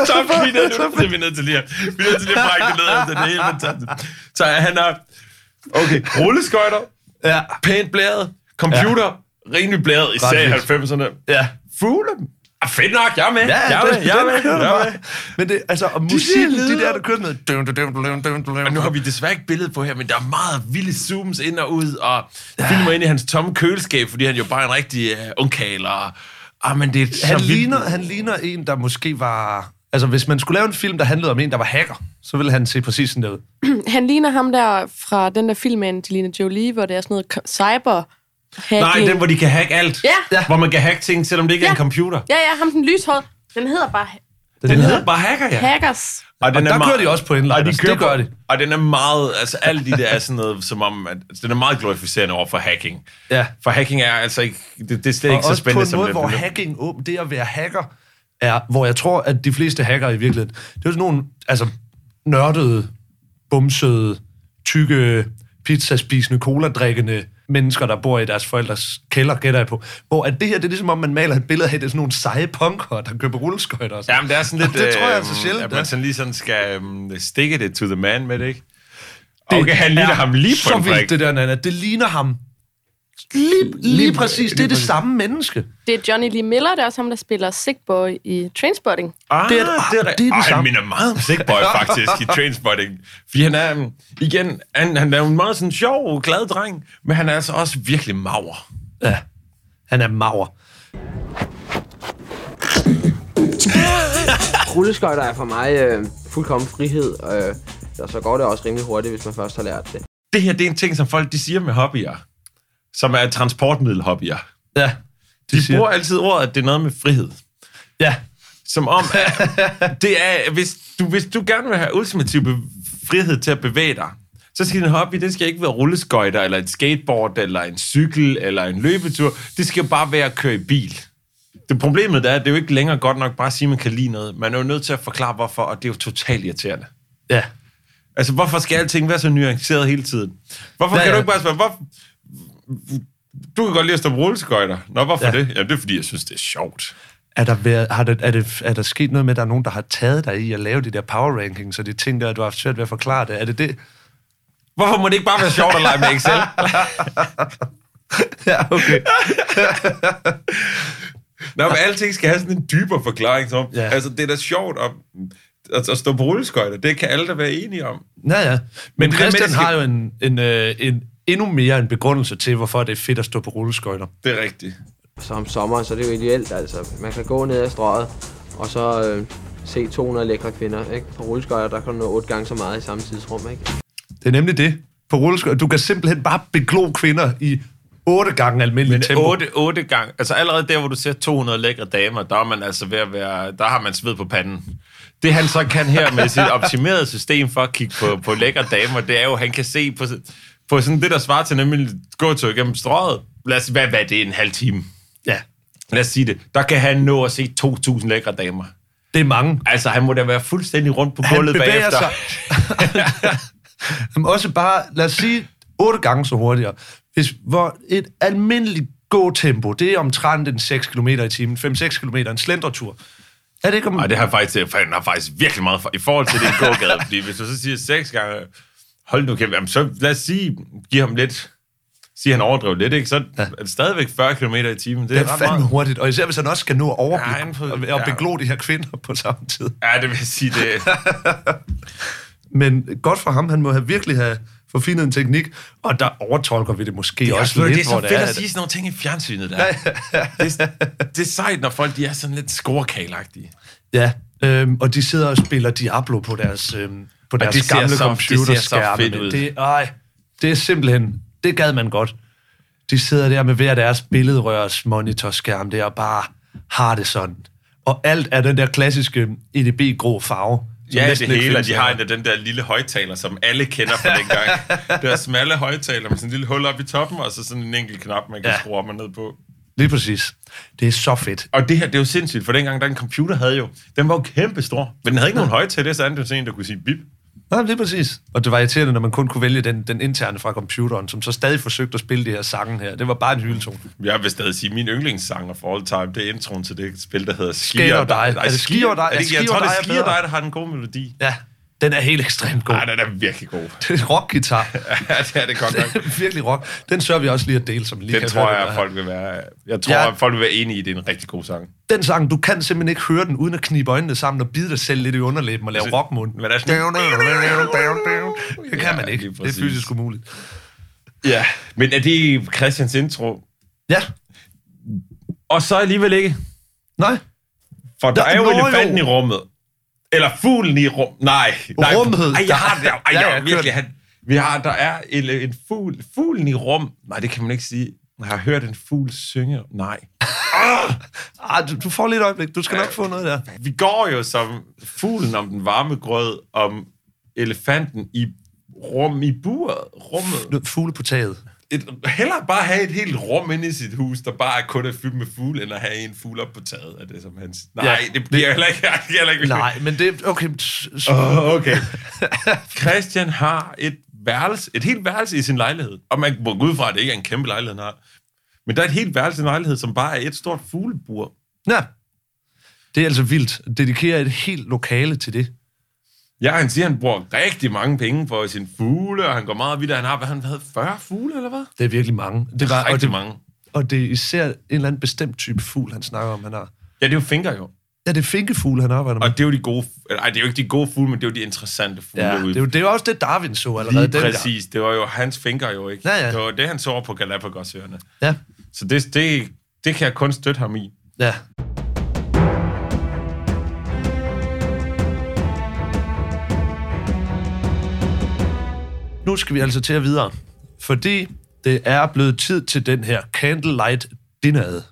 B: Stop, vi er nødt til, vi er nødt til lige at, vi er nødt til lige at brække det ned. efter Det er helt fantastisk. Så han har, okay, rulleskøjter,
A: Ja.
B: pænt blæret, computer, ja. rimelig blæret, især i
A: Ret
B: 90'erne.
A: Ja.
B: Fugle? Ah, fedt nok, jeg er med.
A: Ja,
B: jeg er
A: det,
B: med, jeg er med,
A: det,
B: jeg er med.
A: Men det, altså, og musikken, de,
B: lyder-
A: der, der kører med. Dum, dum, dum, dum, dum, dum,
B: Og nu har vi desværre ikke billede på her, men der er meget vilde zooms ind og ud, og filmer ind i hans tomme køleskab, fordi han jo bare er en rigtig uh, ungkal, og... Ah, men det er så
A: han,
B: vildt.
A: ligner, han ligner en, der måske var... Altså, hvis man skulle lave en film, der handlede om en, der var hacker, så ville han se præcis sådan der ud.
I: Han ligner ham der fra den der film med Angelina Jolie, hvor det er sådan noget k- cyber
B: Nej, den, hvor de kan hacke alt.
I: Ja.
B: Hvor man kan hacke ting, selvom det ikke er en
I: Ja.
B: computer.
I: Ja, ja, ham den lyshårede. Den hedder bare
B: Den hedder bare Hacker, ja.
I: Hackers.
A: Og der kører de også på indlejr,
B: Og de
A: altså,
B: kører,
A: det gør de.
B: Og den er meget, altså alt det der er sådan noget, som om, at altså, den er meget glorificerende over for hacking.
A: Ja.
B: For hacking er altså ikke, det, det er slet
A: Og
B: ikke så
A: også på
B: spændende,
A: en
B: som
A: måde,
B: det
A: hvor
B: bliver.
A: hacking åben, det at være hacker, er, hvor jeg tror, at de fleste hacker i virkeligheden, det er jo sådan nogle altså, nørdede, bumsede, tykke, pizzaspisende, cola-drikkende mennesker, der bor i deres forældres kælder, gætter jeg på. Hvor at det her, det er ligesom om, man maler et billede af, det er sådan nogle seje punker, der køber rulleskøjter og sådan
B: Jamen, det er sådan
A: Og
B: lidt,
A: det tror jeg altså
B: øhm,
A: sjældent,
B: at
A: ja.
B: man sådan lige sådan skal um, stikke det to the man med det, ikke?
A: Det
B: Okay, han ligner
A: er
B: ham lige på
A: så
B: en prik.
A: vildt, det der, Nana. Det ligner ham. Lige, lige, lige præcis. Det er det samme menneske.
I: Det er Johnny Lee Miller, det er også ham, der spiller Sick Boy i Trainspotting.
B: Ah,
A: Det er- det er det
B: Ej,
A: samme.
B: han minder meget om Sick Boy, faktisk, i Trainspotting. Fordi han er, øhm, igen, han, han er jo en meget sådan sjov, glad dreng, men han er altså også virkelig maver.
A: Ja. Han er maver.
H: Rulleskøjter er for mig øh, fuldkommen frihed, øh, og så går det også rimelig hurtigt, hvis man først har lært det.
B: det her det er en ting, som folk de siger med hobbyer, som er transportmiddelhobbyer.
A: Ja.
B: De, de
A: siger-
B: bruger altid ordet, at det er noget med frihed.
A: Ja.
B: Som om, at det er, hvis du, hvis du gerne vil have ultimativ be- frihed til at bevæge dig, så skal din hobby, det skal ikke være rulleskøjter, eller et skateboard, eller en cykel, eller en løbetur. Det skal bare være at køre i bil. Det problemet er, at det er jo ikke længere godt nok bare at sige, at man kan lide noget. Man er jo nødt til at forklare, hvorfor, og det er jo totalt irriterende.
A: Ja.
B: Altså, hvorfor skal alting være så nuanceret hele tiden? Hvorfor
A: Ja,
B: ja, kan
A: ja.
B: du ikke bare spørge, hvor... Du kan godt lide at stå på rulleskøjter. Nå, hvorfor
A: Ja.
B: ja. det? Jamen, det er, fordi jeg synes, det er sjovt.
A: Er der, været, har det, er, det, er der sket noget med, at der er nogen, der har taget dig i at lave de der power rankings, så de tænker, at du har haft svært ved at forklare det? Er det det?
B: Hvorfor må det ikke bare være sjovt at lege med Excel?
A: Ja, okay.
B: Nå, men alting skal have sådan en dybere forklaring. Som,
A: Ja.
B: ja. Altså, det er da sjovt at, at, at stå på rulleskøjter. Det kan alle da være enige om.
A: Nå ja. Men,
B: Men det
A: Christian
B: menneske-
A: har jo en, en, øh, en, endnu mere en begrundelse til, hvorfor det er fedt at stå på rulleskøjter.
B: Det er rigtigt.
H: Så om sommeren, så er det jo ideelt, altså. Man kan gå ned ad strøget, og så øh, se 200 lækre kvinder, ikke? På rulleskøjter, der kan du nå otte gange så meget i samme tidsrum, ikke?
A: Det er nemlig det. På rulleskøjter. Du kan simpelthen bare beglo kvinder i otte gange almindelig tempo.
B: 8, 8 gange. Altså allerede der, hvor du ser 200 lækre damer, der, er man altså ved at være, der har man sved på panden. Det han så kan her med sit optimerede system for at kigge på, på lækre damer, det er jo, at han kan se på, på sådan det, der svarer til nemlig gåtur gennem strøget. Lad os, hvad, hvad er det, en halv time?
A: Ja,
B: Lad os sige det. Der kan han nå at se 2.000 lækre damer.
A: det er mange.
B: Altså, han må da være fuldstændig rundt på
A: Han
B: gulvet
A: bevæger
B: bagefter.
A: sig. Jamen, også bare, lad os sige, otte gange så hurtigere. Hvis, hvor et almindeligt gåtempo, det er omtrent en 6 km i timen, 5-6 km, en slendretur. Er det ikke om...
B: Nej, det har jeg faktisk, til- han har faktisk virkelig meget for, i forhold til det
A: *laughs*
B: i gågade. fordi hvis du så siger seks gange, hold nu kæft, jamen så lad os sige, giv ham lidt, sige han overdrev lidt, ikke? så er det stadigvæk 40 km i timen. Det
A: det
B: er,
A: er
B: ret
A: fandme
B: meget.
A: hurtigt, og især hvis han også skal nå at
B: Ja, han
A: overblik
B: får-
A: og, og
B: ja.
A: beglo de her kvinder på samme tid.
B: Ja, det vil jeg
A: *laughs*
B: sige, det
A: Men godt for ham, han må have virkelig have forfinet en teknik, og der overtolker vi det måske
B: det er,
A: også
B: også,
A: lidt,
B: det er så
A: hvor
B: fedt
A: det er,
B: at
A: at
B: sige sådan nogle ting i fjernsynet der. det, er- det er sejt, når folk de er sådan lidt skorkalagtige.
A: Ja, øhm, og de sidder og spiller Diablo på deres, øhm, på deres
B: det ser
A: gamle
B: så- det ser så
A: computerskærme.
B: fedt
A: men
B: ud.
A: Det, ej, det er simpelthen, det gad man godt. De sidder der med hver deres billedrørs monitorskærm der og bare har det sådan. Og alt er den der klassiske EDB-grå farve. som
B: Ja,
A: næsten
B: det
A: ikke
B: hele, og
A: findes
B: de har
A: længere.
B: en af den der lille højtaler, som alle kender
A: *laughs*
B: fra dengang. det er smalle højtaler med sådan en lille hul op i toppen, og så sådan en enkelt knap, man kan
A: Ja.
B: ja. skrue op og ned på.
A: Lige præcis. Det er så fedt.
B: Og det her, det er jo sindssygt, for dengang, der en computer havde jo, den var jo kæmpestor, men den havde ikke nogen højtaler, så andet det var sådan en, der kunne sige bip.
A: Ja, lige præcis. Og det var irriterende, når man kun kunne vælge den, den interne fra computeren, som så stadig forsøgte at spille de her sange her. Det var bare en hyldetone.
B: Jeg vil stadig sige, min yndlingssanger for all time, det er introen til det spil, der hedder
A: Skæg
B: Skier
A: og dig. Er det Skier og dig?
B: Er det,
A: Ja,
B: jeg
A: Skier
B: tror,
A: og
B: det
A: dig
B: er
A: er
B: Skier og
A: bedre.
B: dig, der har den gode melodi.
A: Ja, den er helt ekstremt god.
B: Nej, den er virkelig god.
A: Det er rockgitar.
B: *laughs* ja, det er det godt *laughs*
A: *laughs*
B: nok.
A: virkelig rock. Den sørger vi også lige at dele, som lige
B: Den
A: kan
B: tror
A: høre,
B: jeg,
A: den
B: at
A: er.
B: folk vil være... Jeg tror,
A: Ja.
B: at folk vil være enige i, at det er en rigtig god sang.
A: Den sang, du kan simpelthen ikke høre den, uden at knibe øjnene sammen og bide dig selv lidt i underlæben og lave
B: Altså,
A: rockmund.
B: men der er sådan-
A: Det kan man
B: Ja,
A: ikke.
B: lige
A: Det er
B: præcis.
A: fysisk umuligt.
B: Ja, men er det Christians intro?
A: Ja,
B: Og så alligevel ikke.
A: nej.
B: For
A: Nå,
B: der, der er jo
A: nå,
B: elefanten
A: jo.
B: i rummet. Eller fuglen i rummet. Nej, nej.
A: Rummet.
B: Ej, jeg har det. Ej,
A: Ja,
B: jeg
A: ja,
B: ja,
A: kør
B: virkelig. Han, vi har, der er en, en fugl. Fuglen i rum. Nej, det kan man ikke sige. Jeg har hørt en fugl synge. Nej.
A: Ah, du, du får lidt øjeblik. Du skal nok få noget der.
B: Vi går jo som fuglen om den varme grød, om elefanten i rum i buret. Rummet.
A: Noget Fugle på taget.
B: Et, hellere bare have et helt rum inde i sit hus, der bare er kun er fyldt med fugle, end at have en fugl op på taget. Er det som hans? Nej,
A: Ja.
B: ja, det bliver heller ikke. Det bliver heller ikke
A: Nej, men det... Okay, s- s-
B: Åh, okay. Christian har et værelse, et helt værelse i sin lejlighed. Og man må gå ud fra, at det ikke er en kæmpe lejlighed, han har. Men der er et helt værelse i en lejlighed, som bare er et stort fuglebur.
A: ja. Det er altså vildt. Dedikerer et helt lokale til det.
B: Ja, han siger, han bruger rigtig mange penge på sine fugle, og han går meget vidt, og han har, hvad han havde, 40 fugle, eller hvad?
A: Det er virkelig mange. Det var, og,
B: rigtig
A: det,
B: mange.
A: og det er især en eller anden bestemt type fugl, han snakker om, han har.
B: Ja, det er jo finger jo.
A: Ja, det er finkefugle, han arbejder med.
B: Og det er jo de gode... Nej, det er jo ikke de gode fugle, men det er jo de interessante fugle
A: Ja,
B: ude i
A: det er, jo, det er jo også det, Darwin så allerede.
B: Lige
A: den der.
B: præcis. Det var jo hans fingre jo, ikke?
A: Ja, ja.
B: Det var det, han så over på Galapagosøerne.
A: Ja,
B: Så det, det, det kan jeg kun støtte ham i.
A: ja. Nu skal vi altså til at videre, fordi det er blevet tid til den her candlelight dinnerade.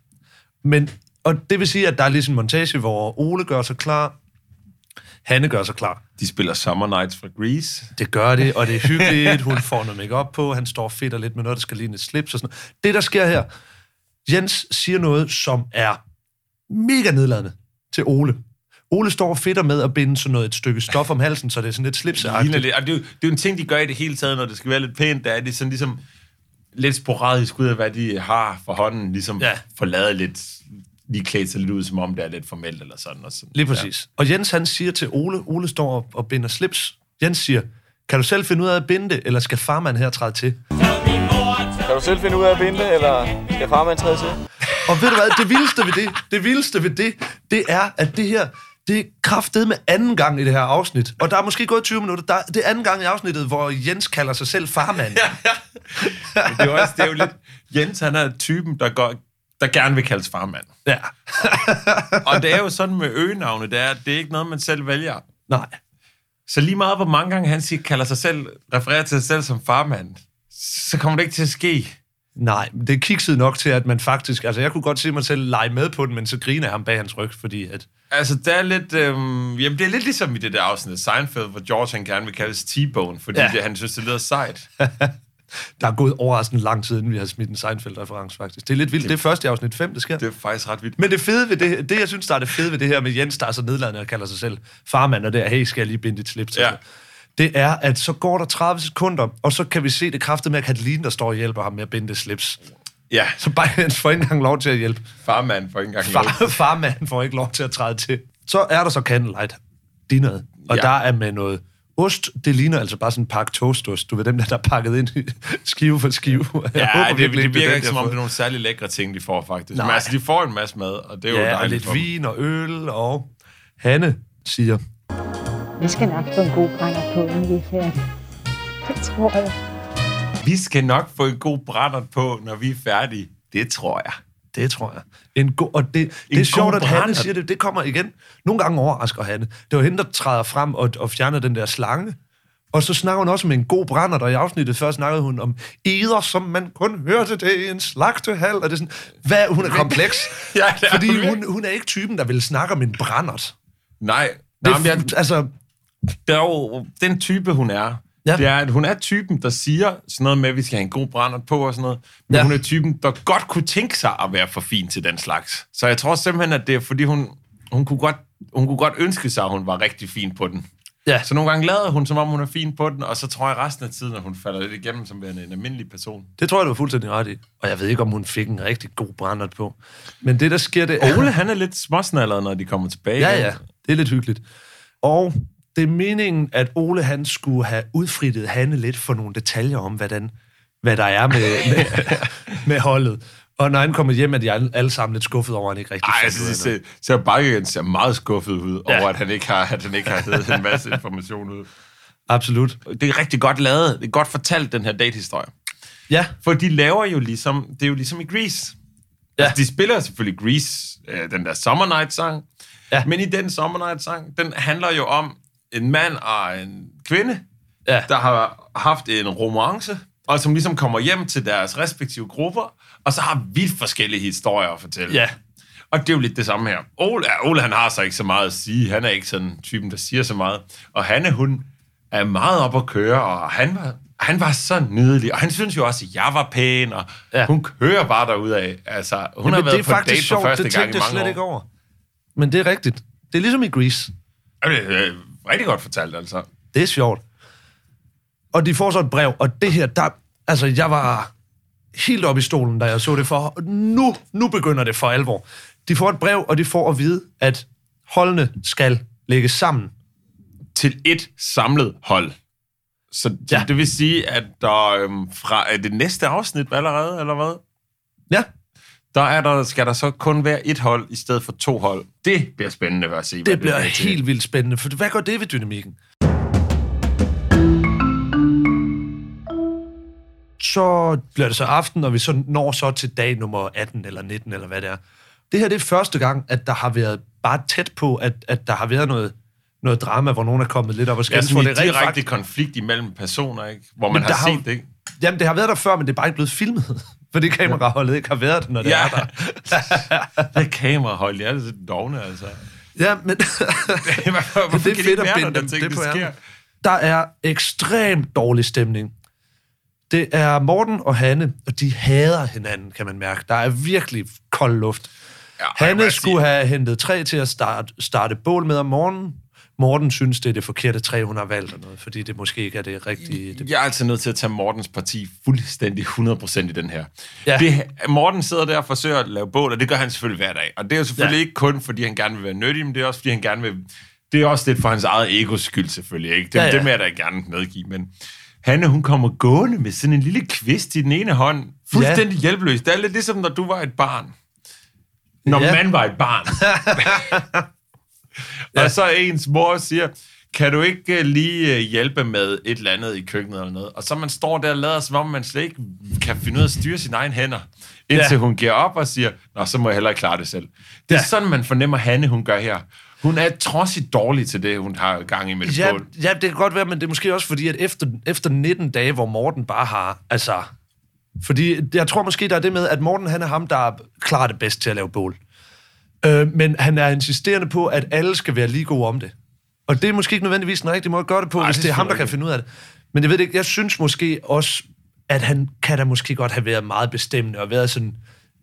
A: Men, og det vil sige, at der er ligesom en montage, hvor Ole gør sig klar, Hanne gør sig klar.
B: De spiller Summer Nights fra Grease.
A: Det gør det, og det er hyggeligt. Hun får noget makeup på. Han står fedt og lidt med noget, der skal ligne et slips og sådan noget. Det, der sker her, Jens siger noget, som er mega nedladende til Ole. Ole står fedt med at binde sådan noget et stykke stof om halsen, så Ah, det er sådan lidt slips
B: ligner lidt. Og det, er jo, det er jo en ting, de gør i det hele taget, når det skal være lidt pænt. Der er det sådan ligesom lidt sporadisk ud af, hvad de har for hånden. Ligesom
A: Ja.
B: ja. forladet lidt, lige klædt sig lidt ud, som om det er lidt formelt eller sådan. Og sådan.
A: Lige præcis. Ja. Og Jens han siger til Ole, Ole står og, og binder slips. Jens siger, kan du selv finde ud af at binde det, eller skal farmand her træde til?
F: Kan du selv finde ud af at binde, eller skal farmand træde til?
A: *laughs* Og ved du hvad, det vildeste ved det, det vildeste ved det, det er, at det her, det er kraftet med anden gang i det her afsnit. Og der er måske gået 20 minutter. Der, det er anden gang i afsnittet, hvor Jens kalder sig selv farmand. *laughs* Ja.
B: Men det er jo også, det er jo lidt... Jens, han er typen, der, går, der gerne vil kaldes farmand.
A: ja.
B: Og det er jo sådan med øgenavne, det er, at det er ikke noget, man selv vælger.
A: Nej.
B: Så lige meget, hvor mange gange han siger, kalder sig selv, refererer til sig selv som farmand, så kommer det ikke til at ske.
A: Nej, men det er kikset nok til, at man faktisk... Altså, jeg kunne godt se mig selv lege med på den, men så griner jeg ham bag hans ryg, fordi at...
B: Altså, det er lidt... Øhm, jamen, det er lidt ligesom i det der afsnit af Seinfeld, hvor George han gerne vil kaldes T-Bone, fordi
A: Ja.
B: ja. det, han synes, det lyder sejt.
A: Der er gået overraskende lang tid, inden vi har smidt en Seinfeld-reference, faktisk. Det er lidt vildt. Det er først i afsnit 5, det sker.
B: Det er faktisk ret vildt.
A: Men det fede ved det, det jeg synes, der er det fede ved det her med Jens, der er så nedladende og kalder sig selv farmand, og der, hey, skal jeg lige binde dit slips til
B: Ja.
A: dig?" det er, at så går der 30 sekunder, og så kan vi se det kraftet med, at Katalin, der står og hjælper ham med at binde det slips.
B: Ja,
A: Så bare *laughs* Jens får ikke engang lov til at hjælpe.
B: farmand for ikke engang lov.
A: *laughs* Far, farmanden får ikke lov til at træde til. Så er der så candlelight dinneret, og
B: Ja.
A: ja. der er med noget ost. Det ligner altså bare sådan en pakke toastost. Du ved dem, der, der er pakket ind i *laughs* skive for skive. Jeg
B: Ja, det, det,
A: virkelig
B: det
A: er
B: virker
A: den,
B: ikke,
A: jeg
B: som
A: har
B: om det er
A: fået.
B: nogle særlig lækre ting, de får, faktisk. Nej. Men
A: Nej.
B: altså, de får en masse mad, og det er jo
A: Ja, og
B: dejligt for
A: lidt
B: dem.
A: vin og øl, og Hanne siger,
G: Vi skal nok få en god brænder på, når vi er færdige. Det tror jeg.
B: Vi skal nok få en god brændert på, når vi er færdige. Det tror jeg.
A: Det tror jeg. En go- og det, det
B: god
A: er sjovt, at Hanne
B: brændert.
A: siger det. Det kommer igen. Nogle gange overrasker Hanne. Det var hende, der træder frem og, og fjerner den der slange. Og så snakker hun også om en god brænder, og i afsnittet før snakkede hun om eder, som man kun hørte det i en slagtehal. Og det er sådan, hvad? Hun er kompleks.
B: *laughs* Ja, det er
A: fordi
B: hun.
A: hun, hun er ikke typen, der vil snakke om en brændert.
B: Nej,
A: Det,
B: nej men jeg,
A: altså,
B: der er jo, den type, hun er, ja.
A: Ja.
B: det er, at hun er typen, der siger sådan noget med, at vi skal have en god brændert på og sådan noget, men ja.
A: Ja.
B: hun er typen, der godt kunne tænke sig at være for fin til den slags. Så jeg tror simpelthen, at det er, fordi hun, hun, kunne godt, hun kunne godt ønske sig, at hun var rigtig fin på den.
A: Ja.
B: Så nogle gange lader hun, som om hun er fin på den, og så tror jeg resten af tiden, at hun falder lidt igennem som værende en almindelig person.
A: det tror jeg, du var fuldstændig ret i. Og jeg ved ikke, om hun fik en rigtig god brændert på. Men det, der sker, det er...
B: Ole, han er lidt småsnallet, når de kommer tilbage.
A: Ja,
B: igen.
A: ja. Det er lidt hyggeligt. Og det er meningen, at Ole han skulle have udfrittet Hanne lidt for nogle detaljer om, hvordan, hvad der er
B: *laughs*
A: med, med, med holdet. Og når han kommer hjem, er de alle alle sammen lidt skuffet over, at han ikke rigtig
B: Ej,
A: fandt
B: jeg synes,
A: ud af
B: ser, ser Bakken ser meget skuffet ud ja.
A: Ja.
B: over, at han ikke har, at han ikke har hævet en masse information ud.
A: noget. Absolut.
B: Det er rigtig godt lavet. Det er godt fortalt, den her datehistorie.
A: Ja,
B: For de laver jo ligesom, det er jo ligesom i Grease. Ja.
A: Ja.
B: Altså, de spiller selvfølgelig Grease, øh, den der Summer Night-sang. Ja.
A: Ja.
B: Men i den Summer Night-sang, den handler jo om en mand og en kvinde,
A: Ja.
B: der har haft en romance, og som ligesom kommer hjem til deres respektive grupper, og så har vildt forskellige historier at fortælle.
A: Ja.
B: Og det er jo lidt det samme her. Ole, ja, Ole han har så ikke så meget at sige. Han er ikke sådan typen, der siger så meget. Og Hanne, hun er meget op at køre, og han var, han var så nydelig. Og han synes jo også, at jeg var pæn, og ja.
A: Ja.
B: hun kører bare derudad. Altså, hun
A: Jamen,
B: har været
A: det er
B: på date
A: faktisk sjovt.
B: for første
A: det
B: gang
A: tænkte
B: i
A: jeg
B: mange
A: slet
B: år.
A: ikke over. Men det er rigtigt. Det er ligesom i Grease.
B: Jamen, det er øh, rigtig godt fortalt, altså.
A: Det er sjovt. Og de får så et brev, og det her, der... Altså, jeg var helt oppe i stolen, da jeg så det for. Nu, nu begynder det for alvor. De får et brev, og de får at vide, at holdene skal lægges sammen.
B: Til et samlet hold. Så ja.
A: Ja.
B: det vil sige, at der øhm, fra er det næste afsnit allerede, eller hvad?
A: Ja,
B: Der, er der skal der så kun være et hold i stedet for to hold. Det bliver spændende at se. hvad
A: det bliver
B: bliver til.
A: helt vildt spændende, for hvad gør det ved dynamikken? Så bliver det så aften, og vi så når så til dag nummer 18 eller 19, eller hvad det er. Det her det er første gang, at der har været bare tæt på, at, at der har været noget, noget drama, hvor nogen er kommet lidt op og
B: Ja,
A: skændes.
B: sådan
A: hvor det
B: en
A: er rent
B: direkte
A: fakt-
B: konflikt imellem personer, ikke? Hvor
A: Men
B: man har
A: der har
B: set
A: jo- *laughs*
B: det, ikke?
A: Jamen, det har været der før, men det er bare ikke blevet filmet, *laughs* fordi kameraholdet ikke har været der, når det
B: Ja.
A: er der.
B: Det kamerahold, jeg er lidt dogne, altså.
A: *laughs* Ja, men...
B: Hvorfor
A: det er
B: kan de
A: fedt
B: ikke
A: at
B: være der,
A: binde
B: når
A: dem
B: ting,
A: det
B: det
A: på
B: sker?
A: ærmet. Der er ekstremt dårlig stemning. Det er Morten og Hanne, og de hader hinanden, kan man mærke. Der er virkelig kold luft.
B: Ja, jeg må
A: Hanne
B: sige-
A: skulle have hentet træ til at starte, starte bål med om morgenen. Morten synes, det er det forkerte træ, hun har valgt, og noget, fordi det måske ikke er det rigtige. Det...
B: Jeg er altså nødt til at tage Mortens parti fuldstændig 100% i den her. Ja.
A: Ja.
B: Det, Morten sidder der og forsøger at lave bål, og det gør han selvfølgelig hver dag. Og det er jo selvfølgelig ja.
A: Ja.
B: ikke kun, fordi han gerne vil være nyttig, men det er også, fordi han gerne vil... Det er også lidt for hans eget egos skyld, selvfølgelig. Ikke? Det, ja,
A: Ja,
B: ja.
A: ja.
B: det må jeg da gerne medgive, men... Hanne, hun kommer gående med sådan en lille kvist i den ene hånd. Fuldstændig ja. hjælpeløs. Det er lidt ligesom, når du var et barn. Når ja.
A: Ja.
B: man var et barn. Ja. Og så ens mor siger, kan du ikke øh, lige øh, hjælpe med et eller andet i køkkenet eller noget? Og så man står der og lader som om, man slet ikke kan finde ud af at styre sine egne hænder. Indtil ja.
A: Ja.
B: hun giver op og siger, nå, så må jeg hellere klare det selv. Det er ja.
A: Ja.
B: sådan, man fornemmer Hanne, hun gør her. Hun er trodsigt dårlig til det, hun har gang i med det
A: Ja,
B: skål.
A: ja, det kan godt være, men det er måske også fordi, at efter, efter 19 dage, hvor Morten bare har altså, Fordi jeg tror måske, der er det med, at Morten han er ham, der klarer det bedst til at lave bål. Øh, men han er insisterende på, at alle skal være lige gode om det. Og det er måske ikke nødvendigvis den rigtige måde at gøre det på, Ej, hvis
B: det
A: det er ham, der
B: selvfølgelig
A: kan finde ud af det. Men jeg ved det ikke, jeg synes måske også, at han kan da måske godt have været meget bestemmende og været sådan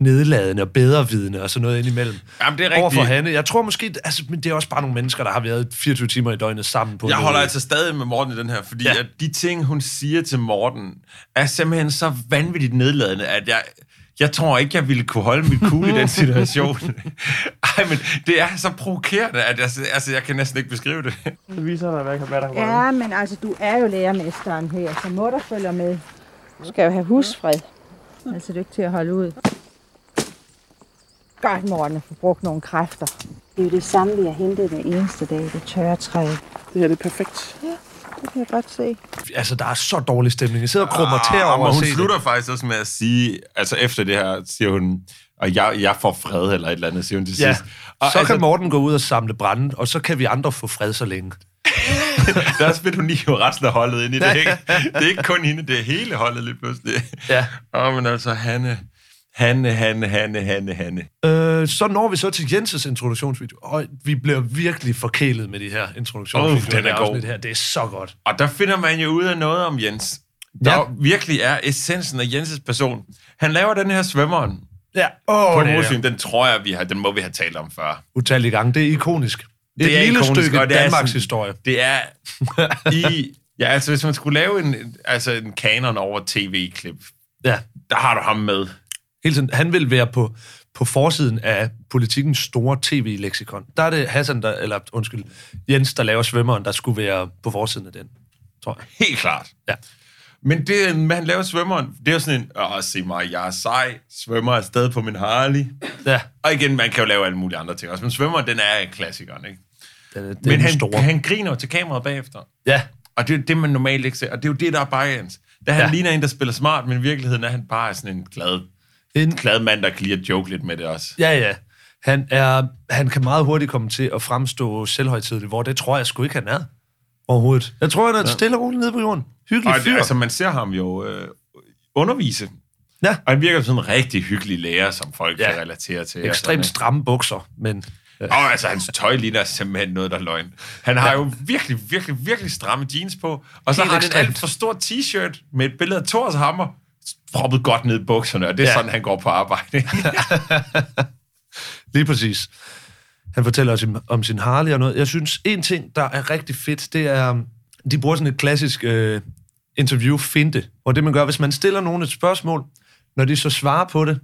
A: nedladende og bedrevidende og sådan noget indimellem.
B: Jamen, det er rigtigt.
A: Overfor Hanne. Jeg tror måske, altså, men det er også bare nogle mennesker, der har været 24 timer i døgnet sammen på
B: Jeg
A: en
B: holder
A: øde.
B: altså stadig med Morten i den her, fordi ja. at de ting, hun siger til Morten, er simpelthen så vanvittigt nedladende, at jeg, jeg tror ikke, jeg ville kunne holde mit cool i
A: *laughs*
B: den situation. Ej, men det er så provokerende, at jeg, altså, jeg kan næsten ikke beskrive det.
E: Det viser dig, hvad, hvad der går.
G: Ja, men altså, du er jo lærermesteren her, så må der følge med. Du skal jo have husfred. Altså, du er ikke til at holde ud. Godt, Morten, at få brugt nogle kræfter. Det er jo det samme, vi har hentet den eneste dag, det tørre træ.
E: Det her det er perfekt.
G: Det kan jeg godt se.
A: Altså, der er så dårlig stemning. Jeg sidder og krummer tæer
B: Ah,
A: over
B: men
A: at
B: hun
A: se
B: slutter det. faktisk også med at sige, altså efter det her, siger hun, og jeg, jeg får fred eller et eller andet, siger hun til
A: det. Ja.
B: sidst. Og
A: Så
B: altså,
A: kan Morten gå ud og samle brænde, og så kan vi andre få fred så længe.
B: der spiller hun lige jo resten af holdet ind i
A: *laughs*
B: det, ikke? Det er ikke kun hende, det er hele holdet lige pludselig.
A: Ja.
B: Åh, men altså, Hanne, Hanne, Hanne, Hanne, Hanne, Hanne.
A: Øh, så når vi så til Jenses introduktionsvideo, og vi bliver virkelig forkælet med de her
B: Uh,
A: introduktionsvideoer.
B: den er
A: i det
B: god.
A: afsnit Her. Det er så godt.
B: Og der finder man jo ud af noget om Jens. Der
A: Ja.
B: ja. virkelig er essensen af Jenses person. Han laver den her svømmeren
A: Ja, åh,
B: på
A: det er
B: Nordsyn. Den tror jeg, vi har, den må vi have talt om før.
A: utallige gange. Det er ikonisk. Det er
B: Det
A: et
B: er
A: lille
B: ikonisk,
A: stykke
B: og det er
A: Danmarks
B: sådan-
A: historie. *laughs*
B: Det er i... Ja, altså hvis man skulle lave en, altså en kanon over tv-klip,
A: Ja,
B: der har du ham med.
A: hele tiden. Han vil være på, på forsiden af politikens store tv-leksikon. Der er det Hassan, der, eller undskyld, Jens, der laver svømmeren, der skulle være på forsiden af den, tror jeg.
B: Helt klart.
A: Ja.
B: Men det, men han laver svømmeren, det er jo sådan en, åh, se mig, jeg er sej, svømmer afsted på min Harley.
A: Ja,
B: Og igen, man kan jo lave alle mulige andre ting også, men svømmeren, den er klassikeren, ikke?
A: den, er- den
B: Men
A: er
B: han,
A: store.
B: han griner jo til kameraet bagefter.
A: Ja,
B: Og det er jo det, man normalt ikke ser. Og det er jo det, der er bias. Da han
A: Ja.
B: ja. ligner en, der spiller smart, men i virkeligheden er han bare sådan en glad,
A: en,
B: glad mand, der kan lide at joke lidt med det også.
A: ja, ja. Han, er, han kan meget hurtigt komme til at fremstå selvhøjtidlig, hvor det tror jeg sgu ikke, han er overhovedet. Jeg tror, han er et stille og roligt nede på jorden. Hyggelig
B: Og
A: fyr.
B: det, altså, man ser ham jo øh, undervise.
A: Ja.
B: Og han virker som sådan en rigtig hyggelig lærer, som folk
A: Ja.
B: ja. kan relatere til. og sådan,
A: Ekstremt
B: ikke?
A: stramme bukser, men... Ja.
B: Og altså, hans tøj ligner simpelthen noget, der er løgn. Han har jo virkelig, virkelig, virkelig stramme jeans på. Og så
A: Helt
B: har han en
A: ekstremt.
B: alt for stor t-shirt med et billede af Thors hammer, proppet godt ned i bukserne, og det er
A: Ja.
B: ja. sådan, han går på *laughs* arbejde.
A: Lige præcis. Han fortæller også om- om sin Harley og noget. Jeg synes, en ting, der er rigtig fedt, det er, de bruger sådan et klassisk øh, interview finte, hvor det man gør, hvis man stiller nogen et spørgsmål, når de så svarer på det,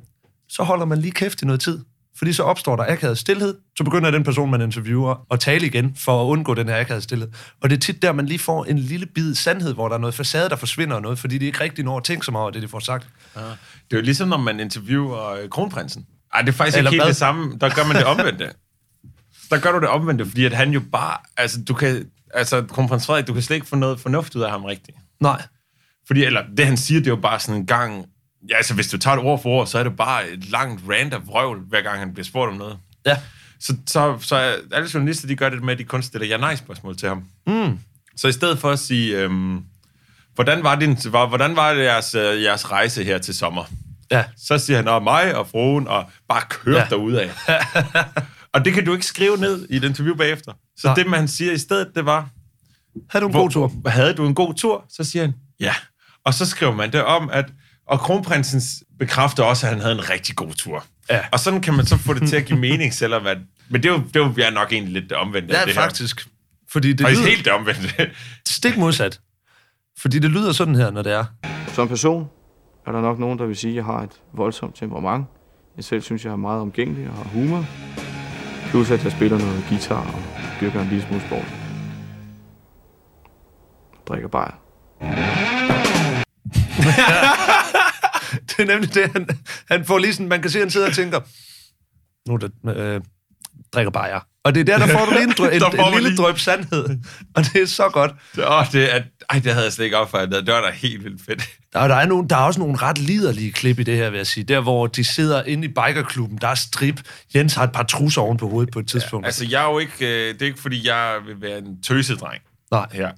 A: så holder man lige kæft i noget tid. Fordi så opstår der akavet stillhed, så begynder den person, man interviewer, at tale igen for at undgå den her akavet stillhed. Og det er tit der, man lige får en lille bid sandhed, hvor der er noget facade, der forsvinder og noget, fordi de ikke rigtig når at tænke så meget over det, de får sagt.
B: Det er jo ligesom, når man interviewer øh, kronprinsen. Ej, det er faktisk
A: Eller
B: ikke helt
A: hvad?
B: det samme. Der gør man det omvendte. *laughs* Der gør du det omvendte, fordi at han jo bare... Altså, du kan, altså kronprins Frederik, du kan slet ikke få noget fornuft ud af ham rigtigt.
A: Nej.
B: Fordi, eller det han siger, det er jo bare sådan en gang... Ja, altså, hvis du tager det ord for ord, så er det bare et langt rant af vrøvl, hver gang han bliver spurgt om noget.
A: Ja.
B: Så, så, så er- alle journalister, de gør det med, at de kun stiller ja-nej-spørgsmål til ham. Mm.
A: Hmm.
B: Så i stedet for at sige, øhm, hvordan, var din, hvor- hvordan var jeres, øh, jeres rejse her til sommer?
A: Ja.
B: Så siger han, at mig og fruen, og bare kørt
A: Ja.
B: ja.
A: *laughs*
B: derudad. og det kan du ikke skrive ned i et interview bagefter. Så
A: Nej.
B: Nej. det, man siger i stedet, det var...
A: Har du en
B: "Hvor-
A: god tur?
B: Havde du en god tur? Så siger han, ja. Og så skriver man det om, at... Og kronprinsen s- bekræfter også, at han havde en rigtig god tur.
A: Ja.
B: Og sådan kan man så få det til at give mening, selvom at... Men det er jo, det er jo jeg er nok egentlig lidt det omvendte af
A: Ja,
B: det
A: faktisk. Fordi det
B: her. Faktisk
A: lyder-
B: helt det omvendte.
A: stik modsat. Fordi det lyder sådan her, når det
B: *laughs*
A: er.
D: Som person er der nok nogen, der vil sige, at jeg har et voldsomt temperament. Jeg selv synes, jeg er meget omgængelig og har humor. Plus at jeg spiller noget guitar og dyrker en lille smule sport. Drikker bajer.
A: Det er nemlig det, han, han får lige sådan, man kan se, han sidder og tænker, nu er det, øh, drikker bare jeg. Og det er der, der får du lige en,
B: *laughs*
A: drø- en,
B: Der får
A: en
B: man
A: lille
B: lige-
A: drøb sandhed. Og det er så godt.
B: Åh, det, er, ej, det havde jeg slet ikke opfattet. Det var da helt vildt fedt.
A: Der er, der, er nogle, der er også nogle ret liderlige klip i det her, vil jeg sige. Der, hvor de sidder inde i bikerklubben, der er strip. Jens har et par trusser oven på hovedet på et tidspunkt. Ja, altså,
B: Altså, jeg er jo ikke... Øh, det er ikke, fordi jeg vil være en tøsedreng
A: Nej.
B: her.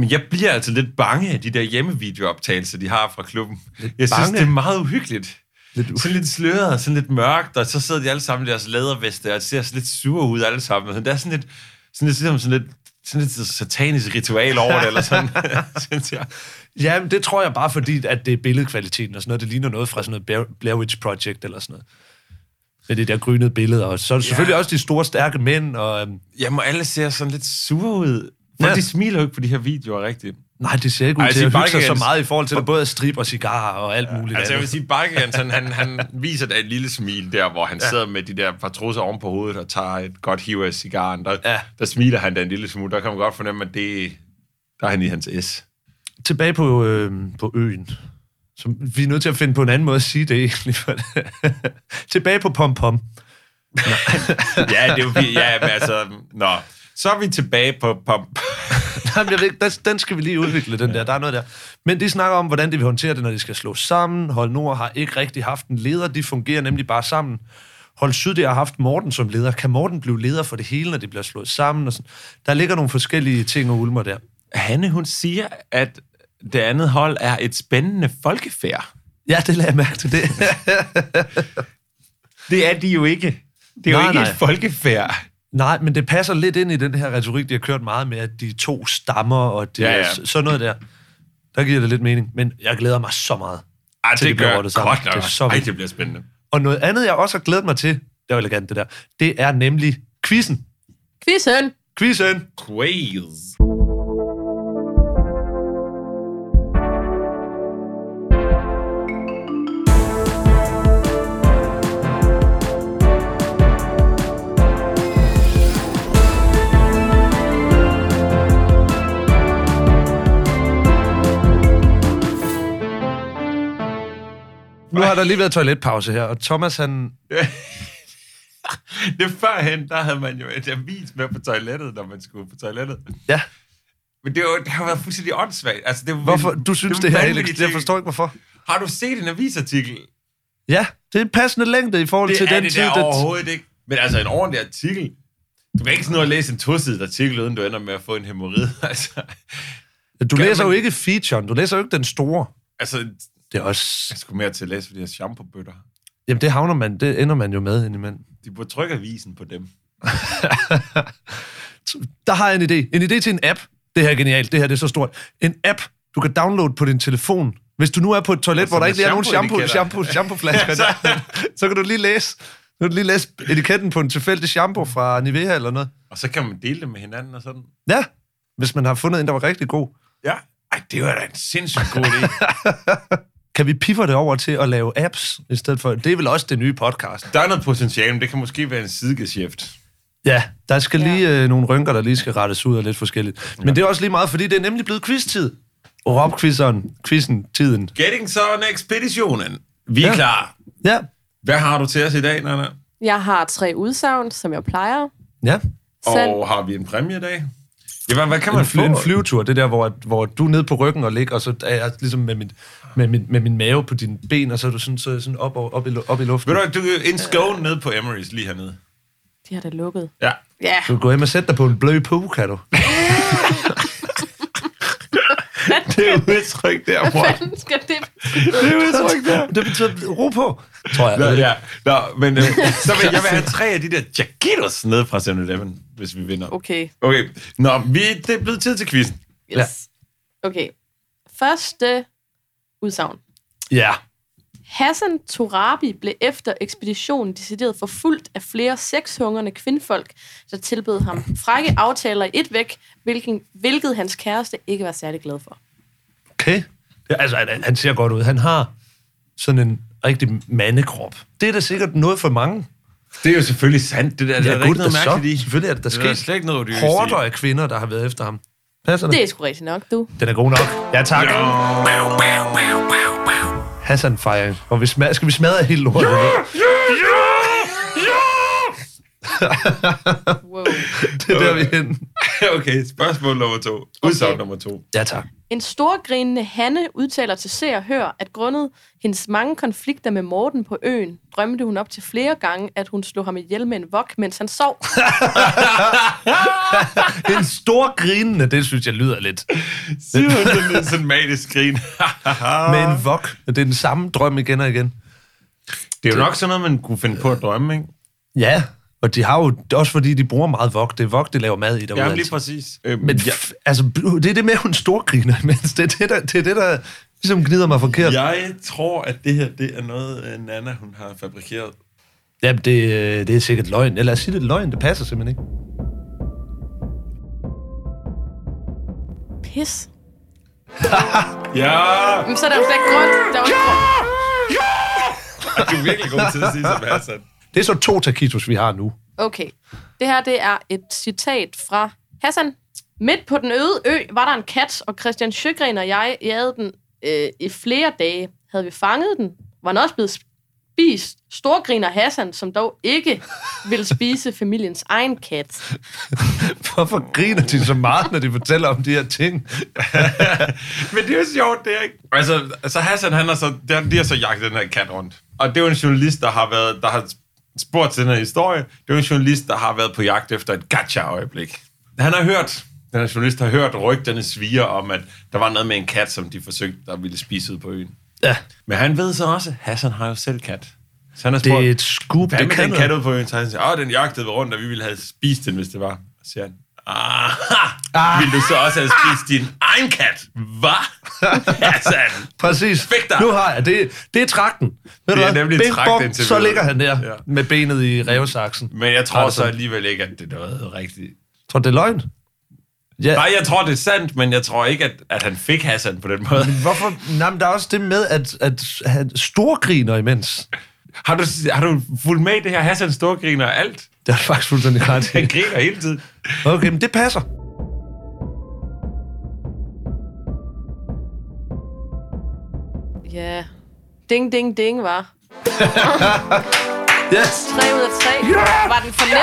B: Men jeg bliver altså lidt bange af de der hjemmevideooptagelser, de har fra klubben. Lidt jeg bange.
A: bange?
B: synes, det er meget uhyggeligt.
A: Lidt
B: Lidt sådan lidt sløret og sådan lidt mørkt, og så sidder de alle sammen i deres læderveste, og ser sådan lidt sure ud alle sammen. Og Det er sådan lidt, sådan lidt, ligesom sådan lidt, sådan lidt satanisk ritual over det, eller sådan, *laughs* synes jeg.
A: Ja, men det tror jeg bare fordi, at det er billedkvaliteten og sådan noget. Det ligner noget fra sådan noget Blair- Blair Witch Project eller sådan noget. Med det der grynede billede. Og så er det selvfølgelig også de store, stærke mænd. Og, øhm,
B: Jamen, alle ser sådan lidt sure ud. For
A: Ja.
B: ja. de smiler jo ikke på de her videoer rigtigt.
A: nej, det ser ikke ud
B: Ej,
A: Ej, til
B: de
A: at hygge
B: bakker
A: sig så
B: ens-
A: meget i forhold til, at både er strip og cigarer og alt muligt
B: Altså, jeg vil
A: andet.
B: sige, Bakken, han, han, han viser da et lille smil der, hvor han ja. sidder med de der par trusser oven på hovedet og tager et godt hiv af cigaren. Der,
A: Ja.
B: ja. der smiler han da en lille smule. Der kan man godt fornemme, at det, der er han i hans S.
A: Tilbage på, øhm, på øen. Så vi er nødt til at finde på en anden måde at sige det egentlig. for *laughs* det- Tilbage på Pom Pom.
B: Ja, det er jo vi- ja, men altså, nå. Så er vi tilbage på pump.
A: Jamen, jeg ved, ikke, der, den skal vi lige udvikle, den der. Der er noget der. Men de snakker om, hvordan de vil håndtere det, når de skal slå sammen. Hold Nord har ikke rigtig haft en leder. De fungerer nemlig bare sammen. Hold Syd, det har haft Morten som leder. Kan Morten blive leder for det hele, når det bliver slået sammen? Og sådan. Der ligger nogle forskellige ting og ulmer der.
B: Hanne, hun siger, at det andet hold er et spændende folkefærd.
A: Ja, det lader jeg mærke til det. *laughs*
B: Det er de jo ikke. Det er
A: Nej,
B: jo ikke
A: nej.
B: et folkefærd.
A: Nej, men det passer lidt ind i den her retorik, de har kørt meget med, at de er to stammer og det
B: Ja,
A: ja,
B: ja.
A: ja. sådan noget der. Der giver det lidt mening, men jeg glæder mig så meget.
B: Ej,
A: Til det
B: det
A: bliver
B: gør
A: rottet sammen.
B: godt nok.
A: Det er så
B: Ej,
A: vildt.
B: det bliver spændende.
A: Og noget andet, jeg også har glædet mig til, det var elegant det der, det er nemlig quizzen.
I: Quizzen!
A: Quizzen!
B: Quiz.
A: Nu har der lige været toiletpause her, og Thomas han...
B: Det førhen, der havde man jo et avis med på toilettet, når man skulle på toilettet.
A: Ja,
B: Men det, var, det har været fuldstændig åndssvagt. Altså, det var,
A: hvorfor? Du synes det,
B: var
A: her,
B: vanvittige
A: Alex, jeg
B: ting.
A: forstår ikke, hvorfor.
B: Har du set en avisartikel? Det
A: Ja, det er en passende længde i forhold til
B: er
A: den
B: det
A: tid,
B: der
A: det...
B: overhovedet ikke. Men altså, en ordentlig artikel. Du kan ikke sådan noget at læse en tosidig artikel, uden du ender med at få en hemorrid. *laughs* Altså,
A: Du
B: Gør
A: læser jo
B: man-
A: ikke featuren, du læser jo ikke den store.
B: altså,
A: Det er også...
B: jeg skulle mere til at læse for de her shampoo-bøtter.
A: Jamen, det havner man, det ender man jo med indimellem.
B: De burde trykke avisen på dem.
A: Der har jeg en idé. En idé til en app. Det her er genialt, det her det er så stort. En app, du kan downloade på din telefon. Hvis du nu er på et toilet,
B: Altså
A: hvor der
B: med
A: ikke lige er nogen shampoo,
B: shampoo-etiketter.
A: shampoo, shampoo-flasker,
B: Ja, så-
A: der, så kan du lige læse, så kan du lige læse etiketten på en tilfældig shampoo fra Nivea eller noget.
B: Og så kan man dele det med hinanden og sådan.
A: Ja, hvis man har fundet en, der var rigtig god.
B: Ja. Ej, det var da en sindssygt god
A: *laughs*
B: idé.
A: Kan vi piffer det over til at lave apps i stedet for? Det er vel også det nye podcast.
B: Der er noget potentiale, men det kan måske være en sidegeschæft.
A: Ja, der skal lige øh, nogle rynker, der lige skal rettes ud og lidt forskelligt. Men det er også lige meget, fordi det er nemlig blevet quiz-tid. Rob-quizzeren, quizzen, tiden.
B: Getting sådan ekspeditionen. Vi er
A: Ja.
B: ja. klar.
A: Ja,
B: Hvad har du til os i dag, Nana?
I: Jeg har tre udsagn, som jeg plejer.
A: ja.
I: Sand.
B: Og har vi en præmie i dag? Ja, hvad, hvad kan man
A: En, fly,
B: få?
A: en flyvetur, det der, hvor, hvor du er nede på ryggen og ligger, og så er jeg ligesom med min, med min, med min mave på dine ben, og så er du sådan, så sådan op, og- op, i, lu- op i luften.
B: Ved du, hvad, du kan en skåne ned på Emery's lige hernede.
I: De har da lukket.
B: Ja. *laughs*
I: Ja,
A: Du kan gå hjem og sætte dig på en blød puge, kan du?
B: Det er udtryk der, bror.
I: hvordan skal det...
B: Det er udtryk der.
A: Det betyder ro på, tror jeg.
B: Nå, ja. Nå, men øh, så vil jeg vil have tre af de der jackettos ned fra 7-Eleven, hvis vi vinder.
I: Okay,
B: Okay. Nå, vi, det er blevet tid til quizzen.
I: yes. Okay. Første udsagn.
A: ja.
I: Hassan Torabi blev efter ekspeditionen decideret forfulgt af flere sexhungrende kvindfolk, der tilbød ham frække aftaler i et væk, hvilken, hvilket hans kæreste ikke var særlig glad for.
A: Okay. Ja, altså, han, han ser godt ud. Han har sådan en rigtig mandekrop. Det er da sikkert noget for mange.
B: Det er jo selvfølgelig sandt. Det der, Altså, der er der
A: gud,
B: ikke noget
A: da så.
B: mærkeligt i.
A: Selvfølgelig er det, der
B: Det er der
A: sket
B: slet ikke noget odiøst i.
A: hårdere af kvinder, der har været efter ham. Passer det?
I: Det er sgu rigtigt nok, du.
A: Den er god nok. Ja, tak. Ja. Hassan fejring. Og vi smadrer, skal vi smadre hele lortet? Ja!
I: Wow.
A: Det er der, vi er henne.
B: *laughs* okay, spørgsmål nummer to. Udsagn okay. nummer to.
A: Ja, tak.
I: En storgrinende Hanne udtaler til Se og Hør, at grundet hendes mange konflikter med Morten på øen, drømte hun op til flere gange, at hun slog ham ihjel med en vok, mens han sov.
A: En stor grinende, det synes jeg lyder lidt.
B: Siger hun det med sådan en manisk grin. Ah.
A: Med en vok. Det er den samme drøm igen og igen.
B: det er jo nok sådan noget, man kunne finde på at drømme, ikke?
A: Ja, og de har jo, også fordi de bruger meget vok, det er vok, de laver mad i derude.
B: Ja, lige
A: altså.
B: præcis. Øh,
A: Men f- altså, det er det med, at hun storgriner imens. Det er det, der, det, er det, der ligesom gnider mig forkert. Ja.
B: jeg tror, at det her det er noget, øh, Nana hun har fabrikeret.
A: Jamen, det, øh, det er sikkert løgn. Eller sige det er løgn, det passer simpelthen ikke.
I: Pis.
B: Ja!
I: Men så er der jo slet ikke grund. Der er jo ikke grund.
B: Du er virkelig god til at sige, som Hassan.
A: Det er så to taquitos, vi har nu.
I: Okay. Det her, det er et citat fra Hassan. Midt på den øde ø var der en kat, og Christian Sjøgren og jeg jagede den øh, i flere dage. Havde vi fanget den, var den også blevet spist. Storgriner Hassan, som dog ikke ville spise familiens egen kat.
A: Hvorfor griner de så meget, når de fortæller om de her ting?
B: *laughs* Men det er jo sjovt, det er ikke? Altså, altså Hassan, han har så, de de har så jagtet den her kat rundt. Og det er jo en journalist, der har, været, der har spurgt til den her historie. Det er jo en journalist, der har været på jagt efter et gacha-øjeblik. Han har hørt, den her journalist har hørt rygterne sviger om, at der var noget med en kat, som de forsøgte, der ville spise ud på øen.
A: Ja,
B: Men han ved så også, at Hassan har jo selv kat. Så han har
A: det
B: spurgt,
A: er et scoop.
B: hvad
A: det
B: med
A: kan
B: den
A: noget.
B: kat ud på øen? Så han siger, åh, den jagtede vi rundt, og vi ville have spist den, hvis det var. Så siger han, aha, ah. vil du så også have spist din egen kat? *laughs* Hvad? Hassan,
A: Præcis.
B: Fægter.
A: Nu har jeg. Det, det er trakten. Ved
B: Det er
A: hvad?
B: nemlig
A: Bing,
B: tragten
A: bong,
B: indtil
A: Så
B: videre.
A: ligger han der
B: Ja.
A: ja. med benet i revsaksen.
B: Men jeg tror
A: Har det
B: så
A: sådan.
B: alligevel ikke, at det er noget rigtigt.
A: Tror du, det er løgn? Ja.
B: Nej, jeg tror, det er sandt, men jeg tror ikke, at, at han fik Hassan på den måde.
A: Hvorfor? Nej, men der er også det med, at, at han storgriner imens.
B: Har du, har du fulgt med i det her? Hassan storgriner og alt.
A: Det er faktisk fuldstændig
B: *laughs*
A: ret
B: Han
A: i.
B: griner hele tiden.
A: Okay, men det passer.
I: Ja. Ding, ding, ding, var.
A: Yes.
I: 3 ud af 3. Var den for nem?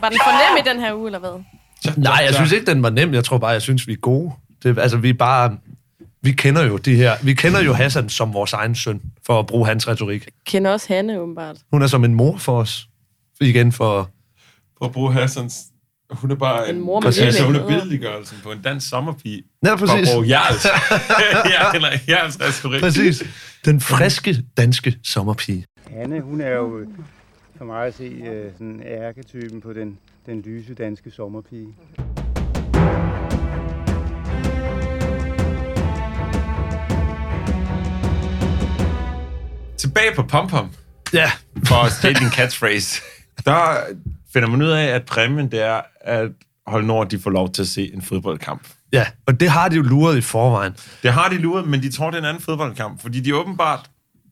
I: Var den for nem i den her uge, eller hvad?
A: Nej, jeg synes ikke, den var nem. Jeg tror bare, jeg synes, vi er gode. Det, altså, vi er bare... Vi kender jo de her... Vi kender jo Hassan som vores egen søn, for at bruge hans retorik.
I: Kender også Hanne, åbenbart.
A: Hun er som en mor for os. Igen for...
B: Prøv at bruge Hassans... Hun er bare
I: En mor med Præcis.
B: altså, hun er
I: lille-
B: billedliggørelsen på en dansk sommerpige.
A: Ja,
B: For at
A: præcis.
B: bruge
A: *laughs*
B: Jarls. ja, eller Jarls retorik.
A: Præcis. Den friske danske sommerpige.
F: Hanne, hun er jo øh, for mig at se øh, sådan ærketypen på den, den lyse danske sommerpige.
B: Tilbage på Pompom,
A: Ja.
B: for at stille din catchphrase. *laughs* Der finder man ud af, at præmien det er, at Hold Nord de får lov til at se en fodboldkamp.
A: Ja, og det har de jo luret i forvejen.
B: Det har de luret, men de tror, det er en anden fodboldkamp, fordi de åbenbart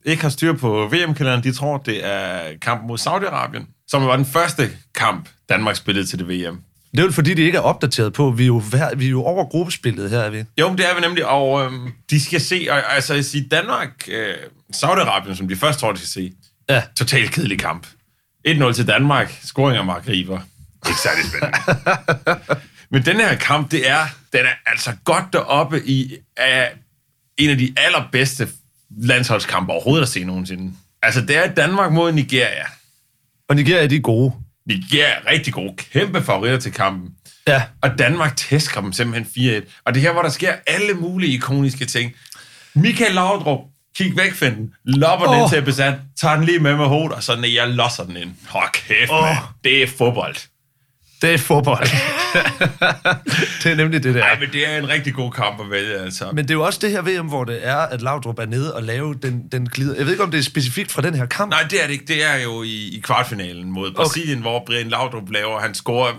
B: ikke har styr på VM-kalenderen. De tror, det er kampen mod Saudi-Arabien, som var den første kamp, Danmark spillede til det VM.
A: Det er jo fordi, de ikke er opdateret på. Vi er jo, hver, vi er jo over gruppespillet her, er vi?
B: Jo, men det er vi nemlig, og øhm, de skal se, og, altså jeg siger Danmark, øh, Saudi-Arabien, som de først tror, de skal se,
A: Ja.
B: totalt kedelig kamp. 1-0 til Danmark, scoring af Mark River. Ikke særlig spændende. Men den her kamp, det er, den er altså godt deroppe i af en af de allerbedste landsholdskampe overhovedet at se nogensinde. Altså, det er Danmark mod Nigeria.
A: Og Nigeria, de er gode.
B: Nigeria er rigtig gode, kæmpe favoritter til kampen.
A: Ja.
B: Og Danmark tæsker dem simpelthen 4-1. Og det er her, hvor der sker alle mulige ikoniske ting. Michael Laudrup, kig væk, find den. Lopper den
A: Åh.
B: ind til besat, tager den lige med med hovedet, og så nej, jeg losser den ind. Åh, kæft,
A: Åh.
B: oh. Det er fodbold.
A: Det er fodbold. *laughs* det er nemlig det, der.
B: Ej, men det er en rigtig god kamp at vælge, altså. Men,
A: Men det er jo også det her VM, hvor det er, at Laudrup er nede og lave den, den glider. Jeg ved ikke, om det er specifikt fra den her kamp.
B: Nej, det er det ikke. Det er jo i, i kvartfinalen mod Brasilien, okay. hvor Brian Laudrup laver, han scorer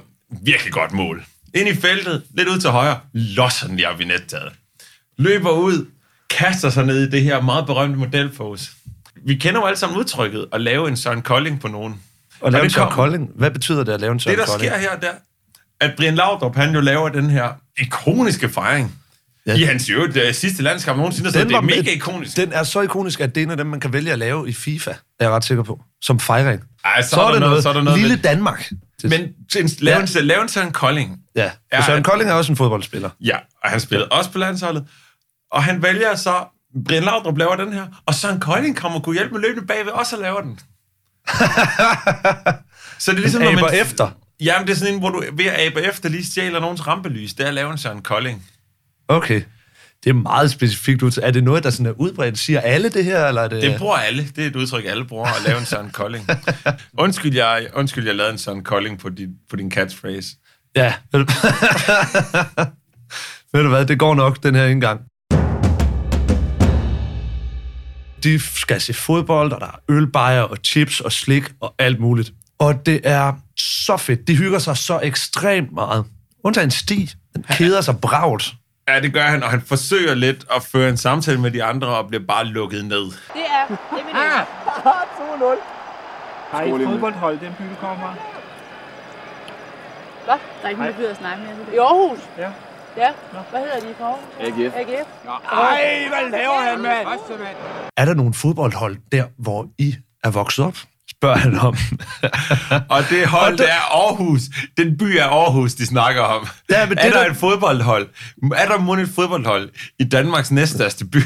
B: virkelig godt mål. Ind i feltet, lidt ud til højre, losser den lige op i nettaget. Løber ud, kaster sig ned i det her meget berømte modelpose. Vi kender jo alle sammen udtrykket at lave en Søren Kolding på nogen.
A: Og lave en
B: det
A: Søren
B: kommer-
A: Kolding. Hvad betyder det at lave en Søren
B: Det, der
A: Kolding?
B: sker her, der, at Brian Laudrup, han jo laver den her ikoniske fejring. Ja.
A: Ja.
B: I hans i øvrigt øh, sidste landskamp nogensinde, så det er
A: var
B: mega
A: med-
B: ikonisk.
A: Den er så ikonisk, at det er en af dem, man kan vælge at lave i FIFA, er jeg ret sikker på, som fejring.
B: Ej, så, så er der noget, så er der noget
A: Lille
B: med-
A: Danmark. fantastisk.
B: Men en, lave, en, lave en Søren Kolding.
A: ja, for
B: Ja,
A: Søren
B: at-
A: Kolding er også en fodboldspiller.
B: Ja, og han spillede også på landsholdet. Og han vælger så, Brian Laudrup laver den her, og Søren Kolding kommer og kunne hjælpe med løbende bagved, og så laver
A: *laughs*
B: den. så det er ligesom,
A: Han
B: når
A: aber
B: man...
A: efter.
B: Jamen, det er sådan en, hvor du ved at abe efter lige stjæler nogens rampelys. Det er at lave en Søren Kolding.
A: Okay. Det er meget specifikt ud. Er det noget, der sådan er udbredt? Siger alle det her, eller er det...
B: Det bruger alle. Det er et udtryk, alle bruger, at lave en Søren
A: *laughs*
B: Kolding. Undskyld, jeg, undskyld, jeg lavede en Søren Kolding på din, på din catchphrase.
A: Ja. Ved du... *laughs* Ved du hvad, det går nok den her indgang. De skal se fodbold, og der er ølbejer og chips og slik og alt muligt. Og det er så fedt. De hygger sig så ekstremt meget. Undtagen Stig. Den keder sig bragt.
B: Ja, det gør han, og han forsøger lidt at føre en samtale med de andre, og bliver bare lukket ned.
G: Det er, det vil ah.
E: Har I et fodboldhold, den by, du kommer fra?
J: Hvad? Der er ikke nogen, der gider at snakke mere.
G: I Aarhus?
E: Ja.
J: Ja. Hvad hedder de i forhold?
D: AGF.
J: AGF.
E: Ej, hvad laver han, mand?
A: Er der nogle fodboldhold der, hvor I er vokset op? Spørger han *laughs* om.
B: Og det hold,
A: Og
B: der
A: der-
B: er Aarhus. Den by er Aarhus, de snakker om.
A: Ja, men
B: er
A: det
B: der
A: der-
B: et fodboldhold? Er der mon et fodboldhold i Danmarks næststørste
A: *laughs*
B: by?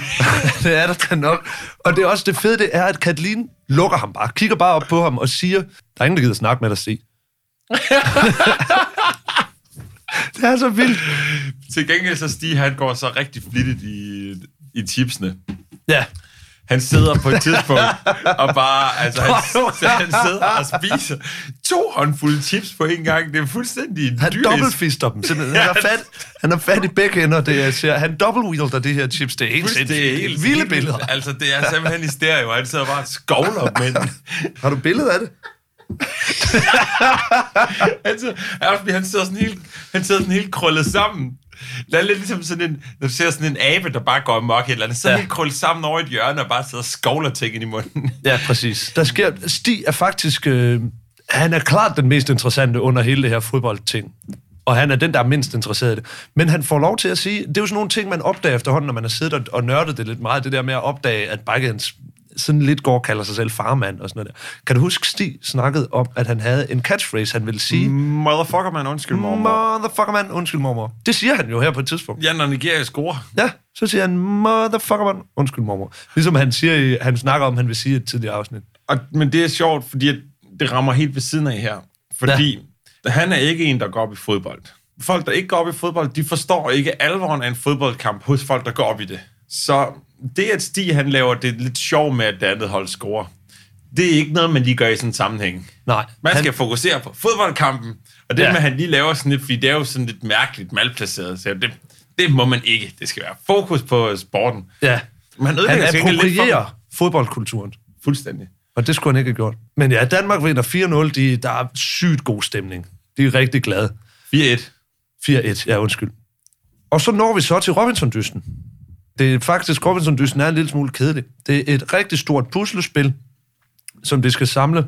A: det er der da nok. Og det er også det fede, det er, at Katalin lukker ham bare, kigger bare op på ham og siger, der er ingen, der gider snakke med dig, se. det er så vildt.
B: Til gengæld så Stig, han går så rigtig flittigt i, i tipsene.
A: Ja.
B: Han sidder på et
A: *laughs*
B: tidspunkt og bare, altså han, *laughs* han sidder og spiser to håndfulde chips på en gang. Det er fuldstændig en
A: Han
B: dyrisk-
A: dobbeltfister dem simpelthen. Han har fat, han har fat i begge ender, det jeg ser. Han dobbeltwielder det her chips. Det er helt
B: fuldstændig-
A: sindssygt. Det er vilde billeder.
B: Altså, det er simpelthen i stereo. Han sidder bare og skovler med den.
A: *laughs* Har du billede af det?
B: han, sidder, han, også- han, sidder sådan helt, han sidder sådan helt krøllet sammen. Det er lidt ligesom sådan en, når du ser sådan en abe, der bare går amok et eller andet. Så ja.
A: Ja.
B: helt krøllet sammen over et hjørne og bare sidder og skovler ting ind i munden.
A: Ja, præcis. Der sker, Stig er faktisk, øh, han er klart den mest interessante under hele det her fodboldting. Og han er den, der er mindst interesseret i det. Men han får lov til at sige, det er jo sådan nogle ting, man opdager efterhånden, når man har siddet og, og nørdet det lidt meget, det der med at opdage, at Bakkens sådan lidt går kalder sig selv farmand og sådan noget der. Kan du huske, Stig snakkede om, at han havde en catchphrase, han ville sige? Mm.
B: Motherfucker, man. Undskyld,
A: Motherfucker man, undskyld mormor. Det siger han jo her på et tidspunkt.
B: Ja, når Nigeria scorer.
A: Ja, så siger han, motherfucker man, undskyld mormor. Ligesom han siger, i- han snakker om, han vil sige i et tidligere afsnit.
B: Og, men det er sjovt, fordi at det rammer helt ved siden af her. Fordi ja. han er ikke en, der går op i fodbold. Folk, der ikke går op i fodbold, de forstår ikke alvoren af en fodboldkamp hos folk, der går op i det. Så det, at Stig han laver det lidt sjov med, at det andet hold scorer, det er ikke noget, man lige gør i sådan en sammenhæng.
A: Nej,
B: Man
A: han-
B: skal fokusere på fodboldkampen, og det ja.
A: Ja.
B: med, at han lige laver sådan lidt, fordi det er jo sådan lidt mærkeligt malplaceret, så det, det må man ikke. Det skal være fokus på sporten.
A: Ja.
B: Men han
A: Han
B: ødelægger til gengæld lidt for dem.
A: approprierer fodboldkulturen.
B: Fuldstændig.
A: Og det skulle han ikke have gjort. Men ja, Danmark vinder 4-0. De, der er sygt god stemning. De er rigtig glade.
B: 4-1.
A: 4-1, ja undskyld. Og så når vi så til Robinson-dysten. Det er faktisk, Robinson-dysten er en lille smule kedelig. Det er et rigtig stort puslespil, som det skal samle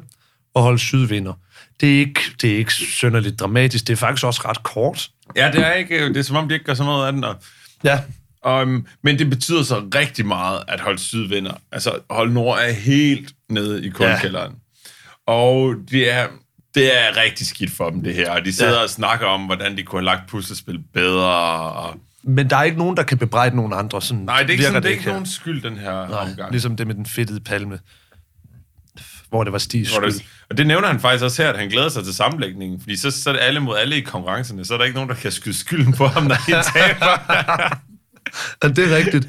A: og holde sydvinder. Det er ikke, det er ikke sønderligt dramatisk. Det er faktisk også ret kort.
B: Ja, det er, ikke, det er som om, de ikke gør så meget af den. Og,
A: Ja,
B: og, øhm, men det betyder så rigtig meget, at hold syd vinder. Altså, hold nord er helt nede i kuldkælderen. Ja. Og det er, det er rigtig skidt for dem, det her. Og de sidder ja.
A: Ja.
B: og snakker om, hvordan de kunne have lagt puslespil bedre. Og...
A: men der er ikke nogen, der kan bebrejde nogen andre. Sådan
B: Nej, det er ikke, sådan,
A: virker
B: det er ikke
A: her.
B: nogen skyld, den her Nej, omgang.
A: Ligesom det med den fedtede palme, hvor det var Stis
B: Hvor
A: skyld.
B: det, og det nævner han faktisk også her, at han glæder sig til sammenlægningen, fordi så, så er det alle mod alle i konkurrencerne, så er der ikke nogen, der kan skyde skylden på ham, når han *laughs* taber.
A: Ja, det er
B: *laughs*
A: rigtigt.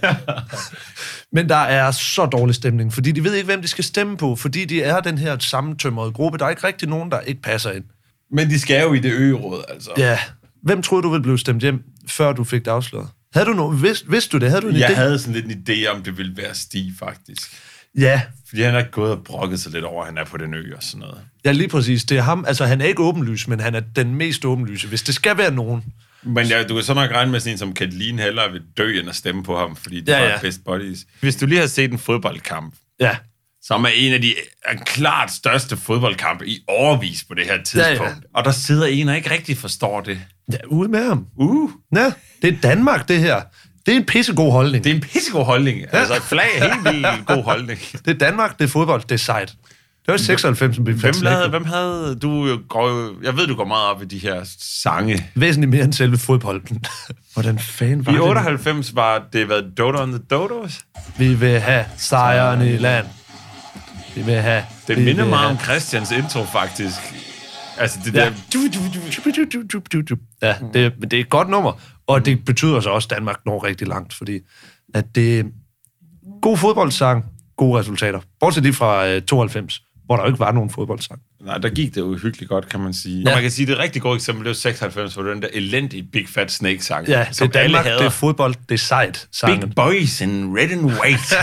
A: Men der er så dårlig stemning, fordi de ved ikke, hvem de skal stemme på, fordi de er den her sammentømrede gruppe. Der er ikke rigtig nogen, der ikke passer ind.
B: Men de skal jo i det øgeråd, altså.
A: Ja. Hvem troede du ville blive stemt hjem, før du fik det afsløret? Havde du nogen, vidste, vidste du det? Havde du en
B: Jeg
A: idé?
B: havde sådan lidt en idé om, det ville være Stig, faktisk.
A: Ja,
B: Fordi han har gået og brokket sig lidt over, at han er på den ø og sådan noget.
A: ja, lige præcis. Det er ham. Altså, han er ikke åbenlys, men han er den mest åbenlyse, hvis det skal være nogen.
B: Men ja, du kan så nok regne med sådan en som Katalin hellere vil dø, end at stemme på ham, fordi det
A: Ja,
B: ja,
A: ja.
B: er best buddies. Hvis du lige har set en fodboldkamp,
A: Ja.
B: som er en af de er klart største fodboldkampe i overvis på det her tidspunkt. Ja, ja.
A: Ja,
B: Og der sidder en, der ikke rigtig forstår det.
A: Ja, ude med ham.
B: Uh,
A: Ja, det er Danmark, det her. Det er en pissegod holdning.
B: det er en pissegod holdning. *laughs* Ja. Altså, flag er helt vildt god holdning.
A: Det er Danmark, det er fodbold, det er sejt. Det var i 96, som blev
B: Hvem
A: fandt
B: havde, hvem havde du går, jo- jeg ved, du går meget op i de her sange.
A: Væsentligt mere end selve
B: *laughs*
A: fodbolden. Hvordan fanden var
B: I
A: det?
B: 98 var det været Dodo on the Dodos.
A: Vi vil have sejren i land. Vi vil have...
B: Det
A: vi
B: minder
A: vil
B: meget
A: have-
B: om Christians intro, faktisk. Altså det
A: Ja.
B: der... Du, du, du.
A: Ja, det, men det er et godt nummer, og det betyder så også, at Danmark når rigtig langt, fordi at det er god fodboldsang, gode resultater. Bortset lige fra øh, 92, hvor der jo ikke var nogen fodboldsang.
B: Nej, der gik det uhyggeligt godt, kan man sige.
A: Ja.
B: Ja. Man kan sige, det rigtig gode eksempel, det var 96, hvor det var den der elendige Big Fat Snake-sang,
A: Ja, det er
B: som alle
A: Danmark, det er
B: hader.
A: fodbold, det er sejt sangen.
B: Big Boys in Red and
A: *laughs*
B: White.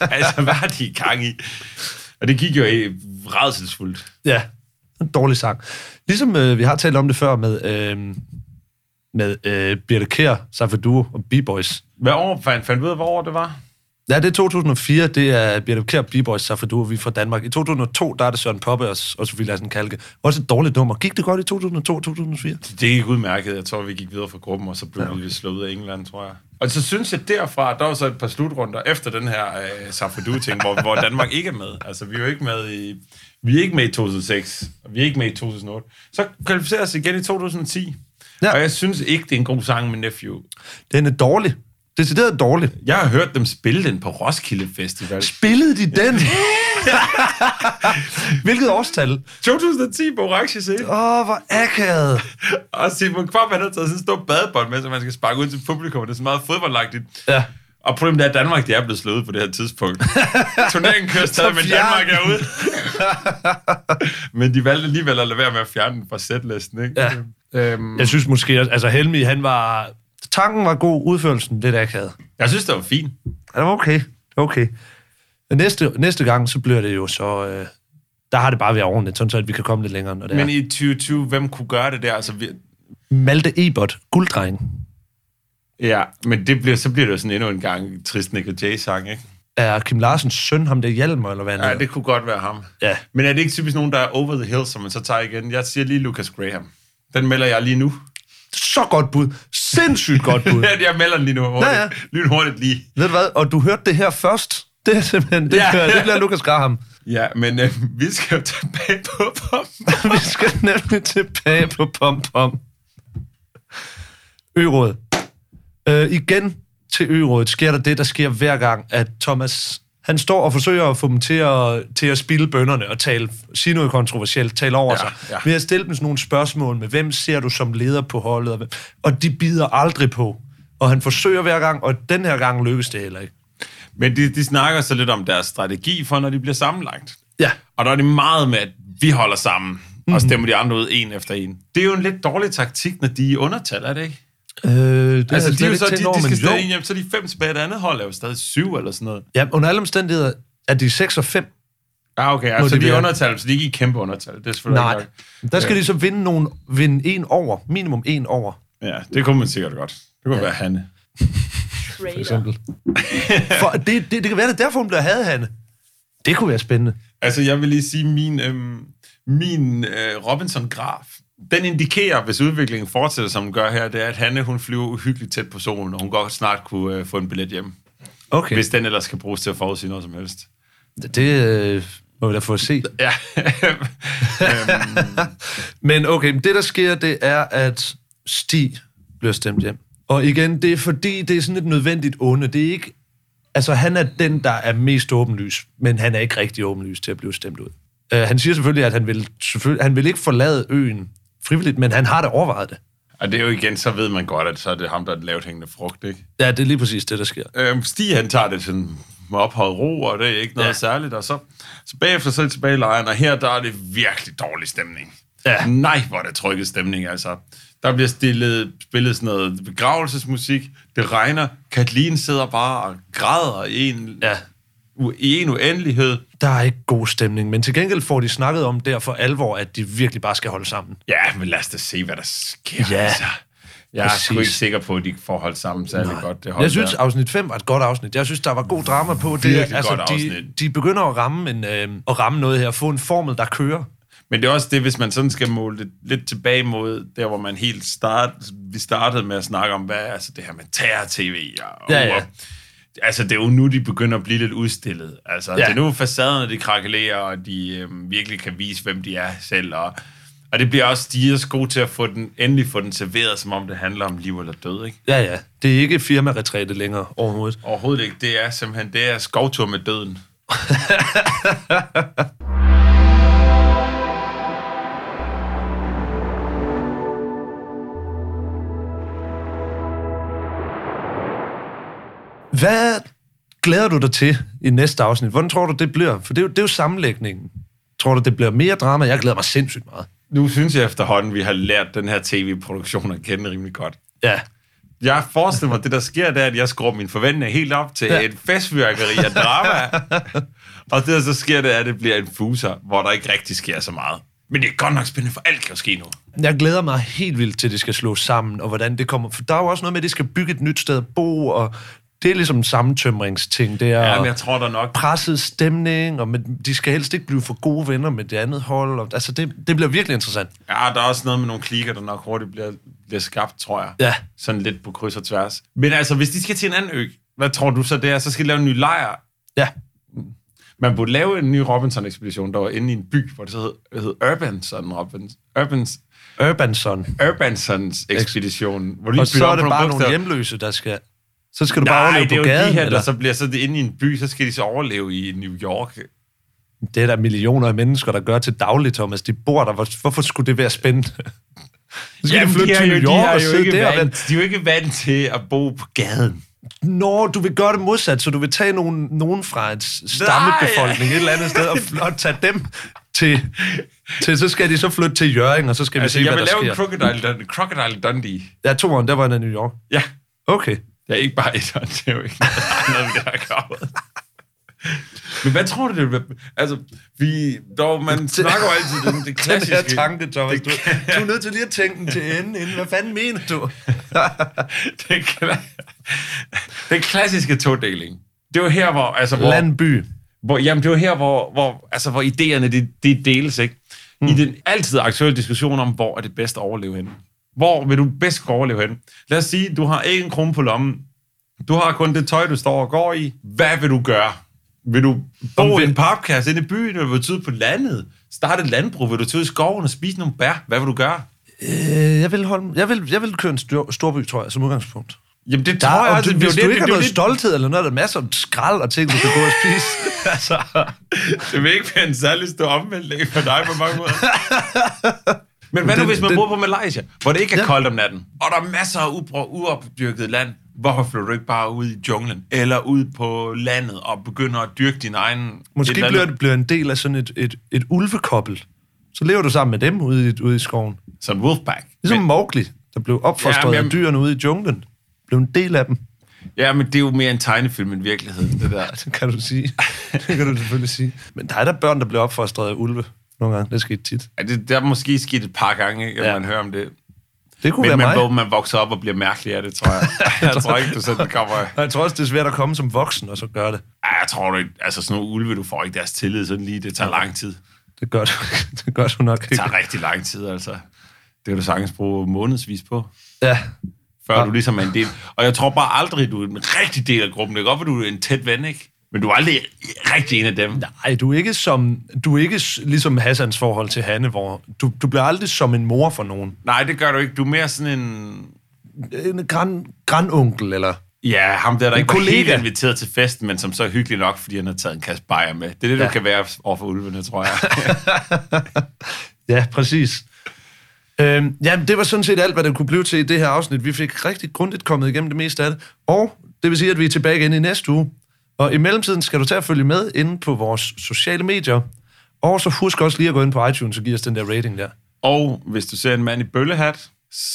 B: altså, hvad har de i gang i? Og det gik jo i redselsfuldt.
A: Ja, en dårlig sang. Ligesom øh, vi har talt om det før med, øh, med øh, Birte Kjær, Safa Duo og B-Boys.
B: Hvad år fandt, fandt vi ud af, hvor år det var?
A: Ja, det er 2004, det er Birte Kjær, B-Boys, Safa Duo, vi er fra Danmark. I 2002, der er det Søren Poppe og, og Sofie Lassen Kalke. Også et dårligt nummer. Gik det godt i 2002 2004?
B: Det gik udmærket. Jeg tror, vi gik videre fra gruppen, og så blev ja. vi slået ud af England, tror jeg. Og så synes jeg derfra, der var så et par slutrunder efter den her øh, Safadu-ting, hvor, hvor Danmark ikke er med. Altså, vi er jo ikke med i, vi er ikke med i 2006, og vi er ikke med i 2008. Så kvalificerer os igen i 2010.
A: Ja.
B: Ja. Og jeg synes ikke, det er en god sang med Nephew.
A: Den er dårlig. Decideret dårlig.
B: Jeg har hørt dem spille den på Roskilde Festival.
A: Spillede de *laughs* den? Hvilket årstal?
B: 2010 på Orange Scene.
A: Åh, oh, hvor akavet.
B: *laughs* Og Simon Kvap, han har taget sådan en stor badebånd med, som man skal sparke ud til publikum. og Det er så meget fodboldagtigt.
A: Ja.
B: Og problemet er, at Danmark det er blevet slået ud på det her
A: *laughs*
B: tidspunkt. Turneringen kører stadig, men
A: fjern
B: Danmark er
A: *laughs*
B: ude. men de valgte alligevel at lade være med at fjerne den fra sætlisten, ikke?
A: Ja.
B: Øhm,
A: Jeg synes måske, at altså Helmi, han var... Tanken var god, udførelsen lidt akavet.
B: jeg synes, det var fint.
A: Han var okay. Okay. Men Næste, næste gang, så bliver det jo så... Øh, der har det bare været ordentligt, sådan så at vi kan komme lidt længere, når det
B: Men
A: Men er.
B: i 2020, hvem kunne gøre det der? Altså, vi,
A: Malte Ebert, gulddreng.
B: ja, men det bliver, så bliver det jo sådan endnu en gang trist Nick Jay-sang, ikke?
A: Er Kim Larsens søn ham der Hjalmar, eller hvad han
B: Ja,
A: hedder?
B: det kunne godt være ham.
A: Ja.
B: Men er det ikke typisk nogen, der er over the hill, som man så tager igen? Jeg siger lige Lucas Graham. Den melder jeg lige nu.
A: Så godt bud. Sindssygt godt
B: *laughs*
A: bud.
B: Ja, jeg melder den lige nu hurtigt.
A: Ja,
B: Ja,
A: ja.
B: ja. Lynhurtigt lige.
A: Ved du hvad? Og du hørte det her først. Det er simpelthen... Det,
B: Ja.
A: ja. det bliver Lukas Graham.
B: Ja, men øh, vi skal jo tilbage på pom.
A: *laughs* vi skal nemlig tilbage på pom-pom. Øråd. Øh, igen til Ørådet sker der det, der sker hver gang, at Thomas han står og forsøger at få dem til at, til at spille bønderne og tale, sige noget kontroversielt, tale over ja,
B: Ja,
A: sig. Ja.
B: ja.
A: Ved at stille dem sådan nogle spørgsmål med, hvem ser du som leder på holdet? Og, hvem, og de bider aldrig på. Og han forsøger hver gang, og den her gang lykkes det heller ikke.
B: Men de, de snakker så lidt om deres strategi for, når de bliver sammenlagt.
A: Ja.
B: Og der er det meget med, at vi holder sammen, mm-hmm. og stemmer de andre ud en efter en. Det er jo en lidt dårlig taktik, når de er i undertal, er det ikke?
A: Øh, det
B: altså, de, er jo så, de, de skal stadig
A: stadig...
B: en hjem, så er de fem tilbage, et andet hold er jo stadig syv eller sådan noget.
A: Ja, under alle omstændigheder er de 6 og 5
B: Ja, okay,
A: Må
B: altså
A: de
B: de er
A: være.
B: i undertal, så de er ikke i kæmpe undertal. Det er selvfølgelig
A: Nej.
B: ikke nok.
A: Der skal de så vinde, nogle, vinde en over. Minimum en over.
B: Ja, det kunne man sikkert godt. Det kunne ja. være Hanne.
A: *laughs* For det, det, det kan være, det er derfor, hun bliver hadet, Hanne. Det kunne være spændende.
B: Altså, jeg vil lige sige, min, øhm, min øh, Robinson-graf, den indikerer, hvis udviklingen fortsætter, som den gør her, det er, at Hanne, hun flyver uhyggeligt tæt på solen, og hun godt snart kunne øh, få en billet hjem.
A: Okay.
B: Hvis den ellers skal bruges til at forudsige noget som helst.
A: Det øh, må vi da få at se.
B: Ja. øhm,
A: Men okay, men det der sker, det er, at Stig bliver stemt hjem. Og igen, det er fordi, det er sådan et nødvendigt onde. Det er ikke... Altså, han er den, der er mest åbenlys, men han er ikke rigtig åbenlys til at blive stemt ud. Uh, han siger selvfølgelig, at han vil, selvfølgelig, han vil ikke forlade øen frivilligt, men han har da overvejet det.
B: *laughs* og det er jo igen, så ved man godt, at så er det ham, der er den lavt hængende frugt, ikke?
A: Ja, det er lige præcis det, der sker.
B: Øhm, Stig, han tager det sådan med ophøjet ro, og det er ikke noget
A: Ja.
B: ja. særligt. Og så, så bagefter så er det tilbage i lejren, og her der er det virkelig dårlig stemning.
A: Ja.
B: Nej, hvor er det trykket stemning, altså. Der bliver stillet, spillet sådan noget begravelsesmusik, det regner, Kathleen sidder bare og græder i en,
A: Ja.
B: u- i en uendelighed.
A: der er ikke god stemning, men til gengæld får de snakket om der for alvor, at de virkelig bare skal holde sammen.
B: Ja, men lad os da se, hvad der sker.
A: Ja,
B: altså. Jeg er sgu
A: præcis.
B: ikke sikker på, at de får holdt sammen særlig godt. Det hold
A: Jeg synes,
B: der.
A: afsnit 5 var et godt afsnit. Jeg synes, der var god drama på. Det, Altså,
B: Virkelig godt
A: de,
B: afsnit.
A: de begynder at ramme, en, øh, at ramme noget her, få en formel, der kører.
B: Men det er også det, hvis man sådan skal måle det lidt tilbage mod der, hvor man helt start, vi startede med at snakke om, hvad er altså det her med terror-tv og,
A: Ja, ja.
B: og Altså, det er jo nu, de begynder at blive lidt udstillet. Altså, ja.
A: Ja.
B: det er nu facaderne, de krakelerer, og de øhm, virkelig kan vise, hvem de er selv. Og, og det bliver også, de er også gode til at få den, endelig få den serveret, som om det handler om liv eller død, ikke?
A: Ja, ja. Det er ikke firmaretræte længere overhovedet.
B: Overhovedet ikke. Det er simpelthen, det er skovtur med døden.
A: Hvad glæder du dig til i næste afsnit? Hvordan tror du, det bliver? For det er jo, det er jo sammenlægningen. Tror du, det bliver mere drama? Jeg glæder mig sindssygt meget.
B: Nu synes jeg efterhånden, vi har lært den her tv-produktion at kende rimelig godt.
A: Ja.
B: Jeg forestiller mig, at det der sker, det er, at jeg skruer mine forventninger helt op til
A: Ja.
B: ja. et festfyrkeri af drama.
A: *laughs*
B: og det, der så sker, det er, at det bliver en fuser, hvor der ikke rigtig sker så meget. Men det er godt nok spændende, for alt kan jo ske nu.
A: Jeg glæder mig helt vildt til, at det skal slås sammen, og hvordan det kommer. For der er jo også noget med, at de skal bygge et nyt sted at bo, og det er ligesom en sammentømringsting. Det er
B: Ja, men jeg tror da nok,
A: presset stemning, og med, de skal helst ikke blive for gode venner med det andet hold. Og, altså, det, det bliver virkelig interessant.
B: ja, der er også noget med nogle klikker, der nok hurtigt bliver, bliver skabt, tror jeg.
A: Ja.
B: Sådan lidt på kryds og tværs. Men altså, hvis de skal til en anden ø, hvad tror du så det er? Så skal de lave en ny lejr.
A: Ja.
B: Man burde lave en ny Robinson-ekspedition, der var inde i en by, hvor det så hed, hed Urbanson Robins, Urbans,
A: Urbanson.
B: Urbansons ekspedition. Hvor de
A: Og så
B: bytter
A: er
B: om
A: det
B: på
A: bare nogle
B: bogstaver.
A: hjemløse, der skal... Så skal du bare
B: Nej,
A: overleve
B: det er
A: på
B: jo
A: gaden,
B: de her,
A: eller?
B: der så bliver så inde i en by, så skal de så overleve i New York.
A: Det er der millioner af mennesker, der gør til daglig, Thomas. De bor der. Hvor- Hvorfor skulle det være spændende? *laughs* Så skal de flytte
B: har
A: til
B: jo-
A: New
B: de
A: York og
B: har jo
A: sidde
B: ikke
A: der. og
B: Vant, de er jo ikke vant til at bo på gaden.
A: vente. Nå, du vil gøre det modsat, så du vil tage nogen, nogen fra et s- stammebefolkning et eller andet sted og, fl- og tage dem til, til... Så skal de så flytte til Jørgen, og så skal
B: Altså,
A: vi se,
B: jeg
A: hvad
B: vil
A: der
B: lave en
A: sker.
B: crocodile, Dun- crocodile Dundee.
A: Ja, to år, der var den i New York.
B: Ja,
A: Okay.
B: det er ikke bare et, det er jo ikke *laughs* noget, vi har gravet. Men hvad tror du, det vil være? Altså, vi,
A: *laughs*
B: dog, man snakker jo altid om det, det
A: Den
B: klassiske.
A: her tanke, Thomas.
B: det,
A: Du, du er nødt til lige at tænke den til ende, inden. Hvad fanden mener du?
B: *laughs* det, kla- den klassiske todeling. Det var her, hvor... Altså, hvor
A: Landby.
B: hvor, jamen, det var her, hvor, hvor, altså, hvor idéerne de, de deles, ikke? Mm. I den altid aktuelle diskussion om, hvor er det bedst at overleve henne? Hvor vil du bedst kunne overleve henne? Lad os sige, du har ikke en krone på lommen. Du har kun det tøj, du står og går i. Hvad vil du gøre? Vil du bo i en papkasse inde i byen, eller vil du tage ud på landet? Starte et landbrug? Vil du tage ud i skoven og spise nogle bær? Hvad vil du gøre?
A: Øh, jeg vil, holde, jeg, vil, jeg vil køre en stor, storby, tror jeg, som udgangspunkt.
B: Jamen, det
A: Der,
B: tror jeg
A: og
B: altså,
A: du,
B: det er jo
A: hvis
B: det-
A: du
B: det-
A: ikke har
B: det er jo
A: noget
B: det-
A: stolthed eller noget, er der masser af skrald og ting, du kan gå og spise. *laughs* altså,
B: Det vil ikke være en særlig stor omvæltning for dig på mange
A: *laughs*
B: måder. Men hvad nu,
A: Den-
B: hvis man
A: den-
B: bor på Malaysia, hvor det ikke er
A: Ja.
B: koldt om natten, og der er masser af ubro- uopdyrket land, hvorfor flytter du ikke bare ud i junglen, eller ud på landet, og begynder at dyrke din egen...
A: måske
B: et eller
A: bliver
B: andet-
A: det bliver en del af sådan et, et, et ulvekobbel. Så lever du sammen med dem ude i, ude i skoven.
B: Som Wolfpack.
A: Ligesom men, Mowgli, der blev opfostret
B: Ja,
A: ja,
B: men-
A: af dyrene ude i junglen. Blev en del af dem,
B: Ja, men det er jo mere en tegnefilm end virkeligheden, det der.
A: det Altså, kan du
B: *laughs*
A: sige. det kan du selvfølgelig sige. Men der er der børn, der bliver opfostret af ulve nogle gange. Det sker tit.
B: Ja, det, der er måske sket et par gange, ikke, at
A: Ja.
B: man hører om det.
A: Det kunne
B: Men
A: være
B: man,
A: mig.
B: hvor man vokser op og bliver mærkelig af det, tror
A: *laughs*
B: jeg. jeg tror ikke, du sådan kommer...
A: Og jeg tror også, det er svært at komme som voksen og så gøre det.
B: Ej, jeg tror du ikke... Altså, sådan nogle ulve, du får ikke deres tillid sådan lige. Det tager lang tid.
A: Det gør du, *laughs* det gør du nok
B: Det
A: ikke.
B: tager rigtig lang tid, altså. Det kan du sagtens bruge månedsvis på,
A: Ja.
B: før ja. du ligesom er en del. Og jeg tror bare aldrig, du er en rigtig del af gruppen. Det kan godt være, du er en tæt ven, ikke? Men du er aldrig rigtig en af dem. Nej.
A: Ej, du er ikke, som, du er ikke s- ligesom Hassans forhold til Hanne, hvor du, du bliver aldrig som en mor for nogen.
B: Nej, det gør du ikke. Du er mere sådan en...
A: En gran, grandonkel, eller...
B: Ja, ham der, der
A: En
B: ikke var helt
A: kollega.
B: inviteret til festen, men som så er hyggelig nok, fordi han har taget en kasse bajer med. Det er det, ja.
A: Ja.
B: du kan være over for ulvene, tror *laughs* jeg.
A: Ja, præcis. Øhm, jamen, det var sådan set alt, hvad det kunne blive til i det her afsnit. Vi fik rigtig grundigt kommet igennem det meste af det. Og det vil sige, at vi er tilbage igen i næste uge. Og i mellemtiden skal du tage at følge med inde på vores sociale medier. Og så husk også lige at gå ind på iTunes og give os den der rating der.
B: Og hvis du ser en mand i bøllehat,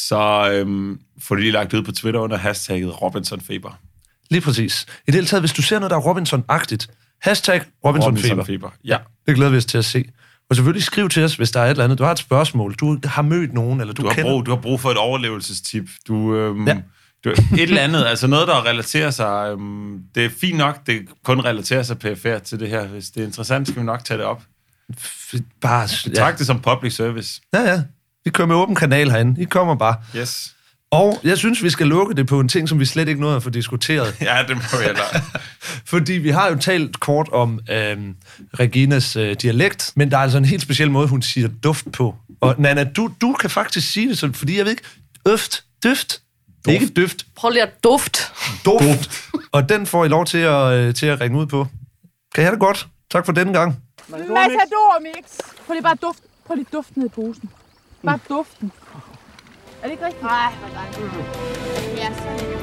B: så øhm, får du lige lagt ud på Twitter under hashtagget RobinsonFeber.
A: Lige præcis. I det hele taget, hvis du ser noget, der er Robinson-agtigt, hashtag Robinson-feber.
B: Robinson-feber. Ja.
A: Det glæder vi os til at se. Og selvfølgelig skriv til os, hvis der er et eller andet. Du har et spørgsmål, du har mødt nogen, eller du,
B: du har,
A: kender...
B: brug, du har brug for et overlevelsestip. Du, øhm,
A: Ja.
B: ja. du, et eller andet, altså noget, der relaterer sig. Øhm, det er fint nok, det kun relaterer sig PFR til det her. Hvis det er interessant, skal vi nok tage det op.
A: F- Bare...
B: Tak det som public service.
A: Ja, ja. Vi kører med åben kanal herinde. I kommer bare.
B: Yes.
A: Og jeg synes, vi skal lukke det på en ting, som vi slet ikke nåede at få diskuteret. *laughs*
B: *laughs* Ja, det må vi heller.
A: Fordi vi har jo talt kort om øhm, Reginas øh, dialekt, men der er altså en helt speciel måde, hun siger duft på. Og Nana, du, du kan faktisk sige det sådan, fordi jeg ved ikke, øft, døft, duft. ikke døft,
I: Prøv lige at duft.
A: duft. duft. Og den får I lov til at, øh, til at ringe ud på. Kan I have det godt? Tak for denne gang.
J: Matador mix. Prøv lige bare duft. Prøv lige duften ned i posen. Bare duften. Er det ikke rigtigt? Nej, hvor dejligt. Ja, så